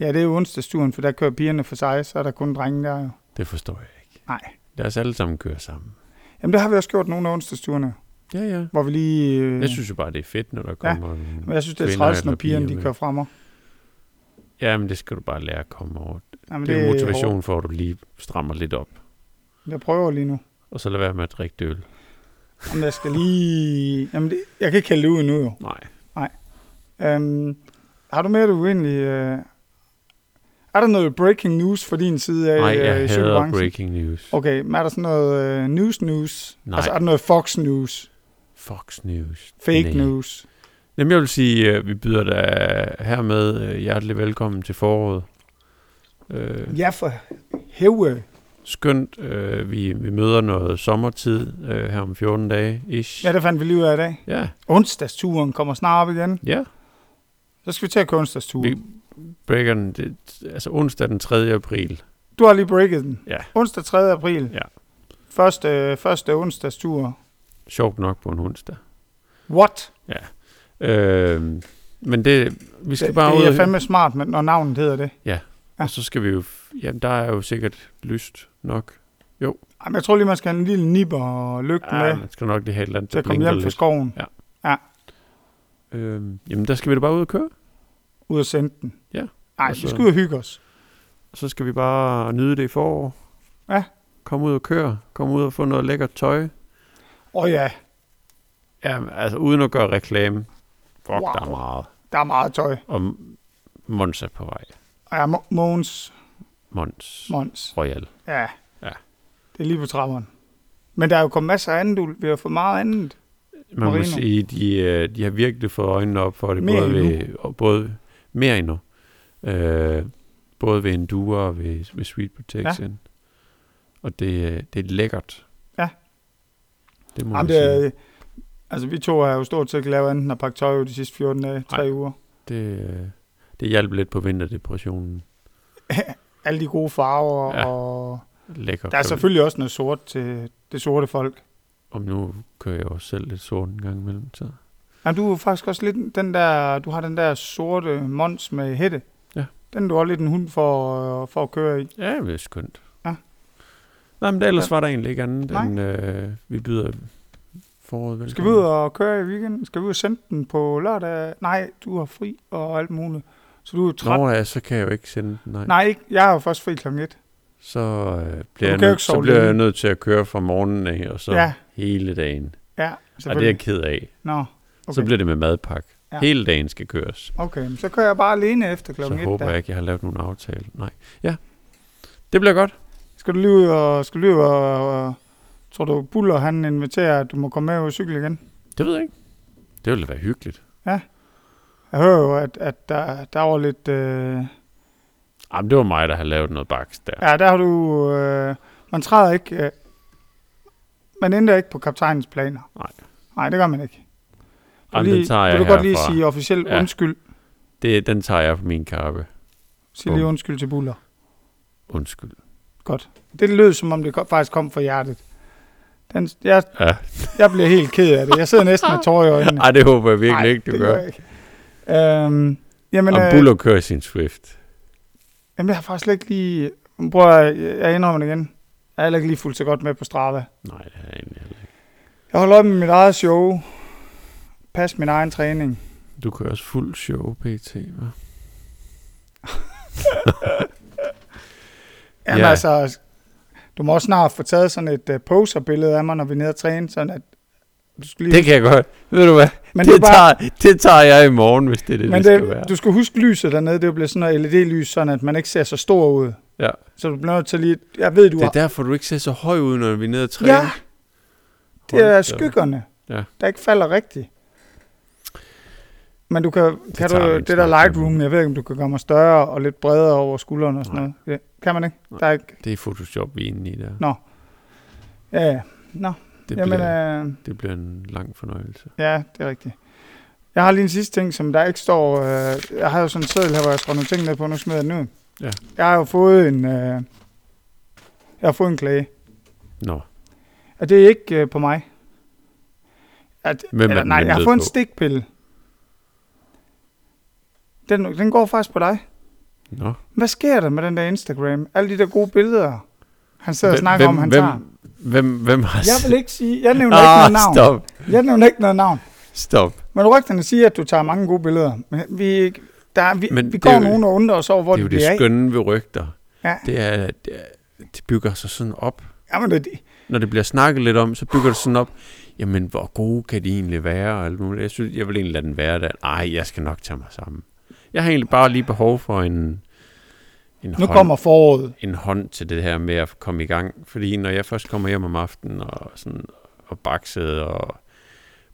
Speaker 1: ja, det er jo onsdagsturen, for der kører pigerne for sig, så er der kun drenge der. jo.
Speaker 2: Det forstår jeg ikke.
Speaker 1: Nej.
Speaker 2: Lad os alle sammen køre sammen.
Speaker 1: Jamen, det har vi også gjort nogle af onsdagsturene,
Speaker 2: Ja, ja.
Speaker 1: hvor vi lige... Øh,
Speaker 2: Jeg synes jo bare, det er fedt, når der kommer...
Speaker 1: men jeg synes, det er
Speaker 2: kvinder
Speaker 1: træls, når
Speaker 2: eller
Speaker 1: pigerne
Speaker 2: piger
Speaker 1: de
Speaker 2: med.
Speaker 1: kører frem.
Speaker 2: Ja, men det skal du bare lære at komme over.
Speaker 1: Jamen,
Speaker 2: Det er jo
Speaker 1: hårdt.
Speaker 2: motivation for, at du lige strammer lidt op.
Speaker 1: Jeg prøver lige nu.
Speaker 2: Og så lad være med at drikke det øl.
Speaker 1: Jamen, jeg skal lige... Jamen, det, jeg kan ikke kalde det ud endnu, jo.
Speaker 2: Nej.
Speaker 1: Um, har du mere, du egentlig... Uh, er der noget breaking news fra din side af
Speaker 2: Nej,
Speaker 1: øh,
Speaker 2: jeg
Speaker 1: i
Speaker 2: hader
Speaker 1: cykelbranchen?
Speaker 2: breaking news.
Speaker 1: Okay, men er der sådan noget uh, news news?
Speaker 2: Nej.
Speaker 1: Altså, er der noget Fox News?
Speaker 2: Fox News.
Speaker 1: Fake
Speaker 2: Nej.
Speaker 1: news?
Speaker 2: Jamen, jeg vil sige, at vi byder dig hermed øh, hjertelig velkommen til foråret. Øh,
Speaker 1: Ja, for hæve.
Speaker 2: skønt, øh, vi, vi møder noget sommertid øh, her om 14 dage, ish.
Speaker 1: Ja, det fandt vi lige ud af i dag.
Speaker 2: ja,
Speaker 1: Onsdagsturen kommer snart op igen.
Speaker 2: ja.
Speaker 1: Så skal vi til at køre onsdagsturen.
Speaker 2: Vi breaker den, det, altså onsdag den 3. april.
Speaker 1: Du har lige breaket den.
Speaker 2: Ja.
Speaker 1: Onsdag 3. april.
Speaker 2: Ja.
Speaker 1: Første, første onsdagstur.
Speaker 2: Sjovt nok på en onsdag.
Speaker 1: What?
Speaker 2: Øh, men det, vi skal
Speaker 1: Det,
Speaker 2: bare ud
Speaker 1: det er
Speaker 2: og-
Speaker 1: fandme smart, men når navnet hedder det. Ja.
Speaker 2: Og så skal vi jo... f- Jamen, der er jo sikkert lyst nok.
Speaker 1: Jamen, jeg tror lige, man skal have en lille nipper og lygte
Speaker 2: Ah,
Speaker 1: med,
Speaker 2: man skal nok lige have et eller andet,
Speaker 1: til
Speaker 2: der
Speaker 1: at komme
Speaker 2: blinker
Speaker 1: hjem fra
Speaker 2: lidt.
Speaker 1: skoven,
Speaker 2: Øhm, jamen, der skal vi da bare ud og køre.
Speaker 1: ud og sende den.
Speaker 2: Ja.
Speaker 1: Nej,
Speaker 2: Og
Speaker 1: vi
Speaker 2: så-
Speaker 1: skal ud og hygge os.
Speaker 2: Så skal vi bare nyde det i forår.
Speaker 1: Ja.
Speaker 2: Kom ud og køre. Kom ud og få noget lækkert tøj.
Speaker 1: Og ja,
Speaker 2: Ja, altså uden at gøre reklame. Fuck, wow.
Speaker 1: Wow.
Speaker 2: der er meget.
Speaker 1: der er meget tøj.
Speaker 2: Og Mons er på vej.
Speaker 1: Og ja, Mo- Mogens,
Speaker 2: Mons.
Speaker 1: Mons.
Speaker 2: Royal.
Speaker 1: Ja.
Speaker 2: Ja.
Speaker 1: Det er lige på trapperne. Men der er jo kommet masser af andet, du. Vi har fået meget andet.
Speaker 2: Man Marino. må
Speaker 1: Marino.
Speaker 2: sige, de, øh, de har virkelig fået øjnene op for det.
Speaker 1: Mere
Speaker 2: både
Speaker 1: endnu.
Speaker 2: ved, og både mere endnu. Øh, både ved Enduro og ved, ved Sweet Protection. Ja. Og det, øh, det er lækkert.
Speaker 1: Ja.
Speaker 2: Det må
Speaker 1: Jamen,
Speaker 2: man sige.
Speaker 1: det er, altså, vi to har jo stort set ikke lavet andet end at pakke tøj ud de sidste 14 dage, tre
Speaker 2: Nej.
Speaker 1: uger.
Speaker 2: Det, øh, det hjalp lidt på vinterdepressionen.
Speaker 1: Alle de gode farver,
Speaker 2: Ja.
Speaker 1: ja. og
Speaker 2: Lækkert.
Speaker 1: der er
Speaker 2: Så-
Speaker 1: selvfølgelig også noget sort til det sorte folk.
Speaker 2: Om nu kører jeg også selv lidt sort en gang imellem. Så.
Speaker 1: Jamen, du er faktisk også lidt den der, du har den der sorte mons med hætte.
Speaker 2: Ja.
Speaker 1: Den er du også lidt en hund for, øh, for at køre i.
Speaker 2: Ja, det er skønt.
Speaker 1: Ja.
Speaker 2: Nej, men ellers var der egentlig ikke andet
Speaker 1: Nej.
Speaker 2: end, øh, vi byder foråret velkommen.
Speaker 1: Skal vi ud og køre i weekenden? Skal vi ud og sende den på lørdag? Nej, du har fri og alt muligt. Så du er træt.
Speaker 2: Nå ja, så kan jeg jo ikke sende den, nej.
Speaker 1: Nej, ikke. jeg er jo først fri kl. 1.
Speaker 2: Så, øh, bliver, jeg
Speaker 1: kan jo
Speaker 2: nødt,
Speaker 1: ikke
Speaker 2: så
Speaker 1: sove
Speaker 2: bliver jeg
Speaker 1: længe.
Speaker 2: nødt til at køre fra morgenen af, og så ja.
Speaker 1: Ja.
Speaker 2: hele dagen.
Speaker 1: Ja,
Speaker 2: Og det er jeg
Speaker 1: selvfølgelig.
Speaker 2: ked af.
Speaker 1: Nå,
Speaker 2: Okay.
Speaker 1: okay.
Speaker 2: Så bliver det med madpakke. Ja.
Speaker 1: Ja.
Speaker 2: Hele dagen skal køres.
Speaker 1: okay. men Så kører jeg bare alene efter kl. 1.
Speaker 2: så håber jeg ikke, jeg har lavet nogen aftale. Nej. Ja, det bliver godt.
Speaker 1: Skal du lige ud og... Skal du lige ud og, og tror du, Buller han inviterer, at du må komme med ud og cykle igen?
Speaker 2: Det ved jeg ikke. Det ville da være hyggeligt.
Speaker 1: Jeg hører jo, at, at der, der var lidt... Øh,
Speaker 2: Jamen, det var mig, der har lavet noget baks der.
Speaker 1: ja, der har du... Øh, man træder ikke... Øh, man ændrer ikke på kaptajnens planer.
Speaker 2: Nej.
Speaker 1: Nej, det gør man ikke.
Speaker 2: Jamen,
Speaker 1: lige,
Speaker 2: den tager jeg
Speaker 1: vil du godt lige
Speaker 2: herfra.
Speaker 1: sige officielt
Speaker 2: Ja.
Speaker 1: ja. undskyld?
Speaker 2: Det, den tager jeg på min kappe.
Speaker 1: Sig lige
Speaker 2: Bum.
Speaker 1: undskyld til Buller.
Speaker 2: Undskyld.
Speaker 1: Godt. Det lød, som om det kom, faktisk kom fra hjertet. Den, jeg,
Speaker 2: Ja.
Speaker 1: jeg bliver helt ked af det. Jeg sidder næsten med tårer i øjnene.
Speaker 2: Ej, det håber jeg virkelig
Speaker 1: Ej,
Speaker 2: ikke, du
Speaker 1: det
Speaker 2: gør.
Speaker 1: jeg ikke. Øhm, jamen,
Speaker 2: Og
Speaker 1: øh,
Speaker 2: Buller kører sin Swift.
Speaker 1: jamen, jeg har faktisk slet ikke lige... Prøv at, jeg indrømmer det igen. Jeg er heller ikke lige fuldt så godt med på Strava.
Speaker 2: Nej, det er egentlig heller ikke.
Speaker 1: Jeg holder op med mit eget show. Pas min egen træning.
Speaker 2: Du kører også fuld show, PT, hva'?
Speaker 1: Jamen
Speaker 2: Ja.
Speaker 1: yeah. altså, du må også snart få taget sådan et uh, poserbillede af mig, når vi er nede og træne, sådan at du skal lige
Speaker 2: Det kan jeg godt. Ved du hvad? Men det,
Speaker 1: er
Speaker 2: det, tager, det tager jeg i morgen, hvis det er det,
Speaker 1: Men
Speaker 2: det,
Speaker 1: det,
Speaker 2: skal være.
Speaker 1: du skal huske lyset dernede, det bliver sådan noget LED-lys, sådan at man ikke ser så stor ud.
Speaker 2: Ja.
Speaker 1: Så du bliver nødt til lige... Jeg ved, du
Speaker 2: Det
Speaker 1: har...
Speaker 2: er derfor, du ikke ser så høj ud, når vi er nede og træne.
Speaker 1: Ja, det
Speaker 2: Hold da
Speaker 1: er
Speaker 2: op.
Speaker 1: skyggerne,
Speaker 2: Ja.
Speaker 1: der ikke falder rigtigt. Men du kan, det, kan
Speaker 2: tager vi
Speaker 1: du,
Speaker 2: en
Speaker 1: det der
Speaker 2: snak om.
Speaker 1: lightroom, jeg ved ikke, om du kan gøre mig større og lidt bredere over skuldrene og sådan
Speaker 2: Nej.
Speaker 1: noget. Det kan man ikke.
Speaker 2: Nej.
Speaker 1: Der er ikke...
Speaker 2: Det er Photoshop, vi er inde i der.
Speaker 1: Nå. Ja, ja. Nå,
Speaker 2: Det,
Speaker 1: jamen,
Speaker 2: bliver,
Speaker 1: øh,
Speaker 2: det bliver en lang fornøjelse.
Speaker 1: ja, det er rigtigt. Jeg har lige en sidste ting, som der ikke står... Øh, jeg har jo sådan en seddel her, hvor jeg skrev nogle ting ned på, nu smider jeg den ud.
Speaker 2: Ja.
Speaker 1: Jeg har jo fået en... Øh, jeg har fået en klage.
Speaker 2: Nå,
Speaker 1: Og det er ikke øh, på mig. At,
Speaker 2: Hvem er
Speaker 1: eller,
Speaker 2: den
Speaker 1: nej, jeg har
Speaker 2: møntet
Speaker 1: fået en
Speaker 2: på?
Speaker 1: stikpille. Den, den går faktisk på dig.
Speaker 2: nå.
Speaker 1: Hvad sker der med den der Instagram? Alle de der gode billeder, han sidder og
Speaker 2: Hvem-
Speaker 1: snakker om, han
Speaker 2: hvem,
Speaker 1: tager.
Speaker 2: Hvem, hvem har...
Speaker 1: Jeg vil ikke sige, jeg nævner ikke
Speaker 2: ah,
Speaker 1: noget navn.
Speaker 2: stop,
Speaker 1: Jeg nævner ikke noget navn.
Speaker 2: stop.
Speaker 1: Men rygterne siger, at du tager mange gode billeder. Men vi, der, er- vi,
Speaker 2: Men
Speaker 1: Men vi
Speaker 2: det
Speaker 1: går
Speaker 2: er jo-
Speaker 1: nogen og undrer os over, hvor
Speaker 2: det er jo
Speaker 1: det bliver
Speaker 2: det
Speaker 1: af.
Speaker 2: skønne ved rygter.
Speaker 1: Ja.
Speaker 2: Det er, at det, er- det bygger sig sådan op.
Speaker 1: Jamen, det, det-
Speaker 2: Når det bliver snakket lidt om, så bygger det sådan op. Jamen, hvor gode kan de egentlig være? Og alt muligt. Jeg synes, jeg vil egentlig lade den være der. Ej, jeg skal nok tage mig sammen. Jeg har egentlig bare lige behov for en, en
Speaker 1: nu
Speaker 2: hånd.
Speaker 1: kommer foråret.
Speaker 2: en hånd til det her med at komme i gang. Fordi når jeg først kommer hjem om aftenen og, sådan, og bakset og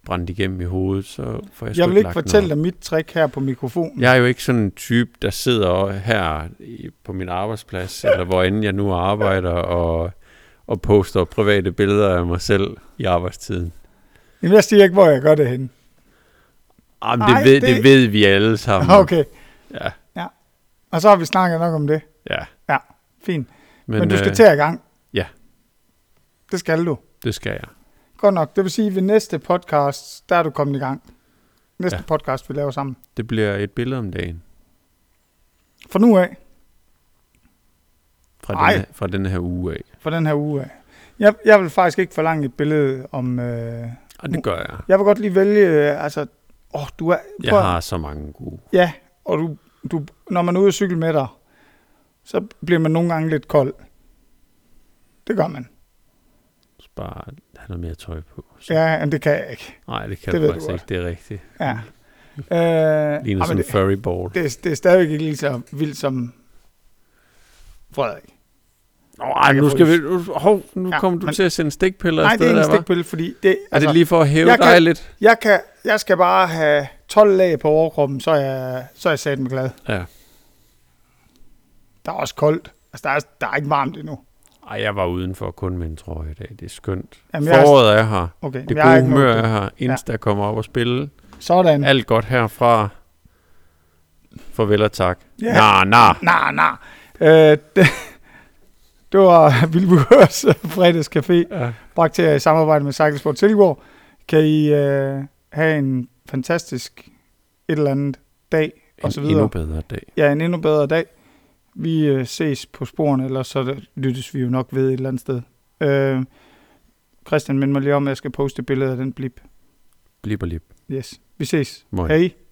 Speaker 2: brændt igennem i hovedet, så får jeg sgu
Speaker 1: Jeg vil ikke
Speaker 2: lagt
Speaker 1: fortælle
Speaker 2: noget.
Speaker 1: dig mit trick her på mikrofonen.
Speaker 2: Jeg er jo ikke sådan en type, der sidder og- her i- på min arbejdsplads, eller hvor end jeg nu arbejder, og, og poster private billeder af mig selv i arbejdstiden.
Speaker 1: Jamen, jeg siger ikke, hvor jeg gør det henne.
Speaker 2: Jamen, Ah, det,
Speaker 1: Ej,
Speaker 2: ved,
Speaker 1: det- Ah,
Speaker 2: det... det ved vi alle sammen.
Speaker 1: Okay,
Speaker 2: Ja,
Speaker 1: og så har vi snakket nok om det.
Speaker 2: ja.
Speaker 1: Fint.
Speaker 2: Men,
Speaker 1: Men, Men du skal
Speaker 2: øh,
Speaker 1: til at i gang.
Speaker 2: ja.
Speaker 1: Det skal du.
Speaker 2: Det skal jeg.
Speaker 1: Godt nok. Det vil sige, at ved næste podcast, der er du kommet i gang. Næste ja.
Speaker 2: Ja.
Speaker 1: podcast, vi laver sammen.
Speaker 2: Det bliver et billede om dagen
Speaker 1: For nu af,
Speaker 2: fra,
Speaker 1: Ej.
Speaker 2: den her, fra den her uge af.
Speaker 1: for den her uge af. Jeg, jeg vil faktisk ikke forlange et billede om... Øh,
Speaker 2: Og det gør jeg.
Speaker 1: jeg vil godt lige vælge, øh, altså... Åh, du er...
Speaker 2: Jeg
Speaker 1: prøv-
Speaker 2: har så mange gode.
Speaker 1: Ja, og du, du, når man er ude at cykle med dig, så bliver man nogle gange lidt kold. Det gør man.
Speaker 2: Så Bare have noget mere tøj på. Så.
Speaker 1: Ja, men det kan jeg ikke.
Speaker 2: Nej, det
Speaker 1: Det
Speaker 2: kan det
Speaker 1: ved
Speaker 2: du
Speaker 1: du
Speaker 2: faktisk ikke. Det er rigtigt.
Speaker 1: Ja. Øh,
Speaker 2: Ligner
Speaker 1: ah, men
Speaker 2: sådan en
Speaker 1: det,
Speaker 2: furry ball.
Speaker 1: det, er- det er stadigvæk ikke lige så vildt som Frederik.
Speaker 2: Nå, ej,
Speaker 1: Jeg
Speaker 2: nu
Speaker 1: får
Speaker 2: skal vi...
Speaker 1: lyst.
Speaker 2: nu- Hov, nu
Speaker 1: Ja,
Speaker 2: ja, kommer du
Speaker 1: men-
Speaker 2: til at sende stikpiller
Speaker 1: Nej, det
Speaker 2: afsted,
Speaker 1: er ikke en
Speaker 2: der, hva'?
Speaker 1: stikpille, fordi det,
Speaker 2: Er det lige for at hæve
Speaker 1: jeg kan-
Speaker 2: dig lidt?
Speaker 1: jeg, kan, jeg skal bare have 12 lag på overkroppen, så er jeg, så er jeg satme glad.
Speaker 2: Ja.
Speaker 1: Der er også koldt. Altså, der er, der er ikke varmt endnu.
Speaker 2: Ej, jeg var udenfor kun med en trøje i dag. Det er skønt.
Speaker 1: Jamen,
Speaker 2: Jamen,
Speaker 1: jeg er-
Speaker 2: Foråret er her.
Speaker 1: Okay,
Speaker 2: Det
Speaker 1: men jeg har
Speaker 2: gode
Speaker 1: ikke
Speaker 2: humør
Speaker 1: nået det.
Speaker 2: er her. Insta ja. kommer op og spille.
Speaker 1: Sådan.
Speaker 2: Alt godt herfra. Farvel og tak.
Speaker 1: Ja.
Speaker 2: Ja. Nah, nah.
Speaker 1: Nej, nej. Øh, det, det var Vilbukørs fredagscafé,
Speaker 2: Ja.
Speaker 1: bragt til jer i samarbejde med Cykelsport Silkeborg. Kan I øh, have en fantastisk et eller andet dag, og så
Speaker 2: En endnu
Speaker 1: videre.
Speaker 2: bedre dag.
Speaker 1: Ja, en endnu bedre dag. Vi øh, ses på sporene, eller så lyttes vi jo nok ved et eller andet sted. Øh, Christian, mind mig lige om, at jeg skal poste billeder af den blip.
Speaker 2: Blip og lip.
Speaker 1: Yes, vi ses.
Speaker 2: Moin.
Speaker 1: Hej.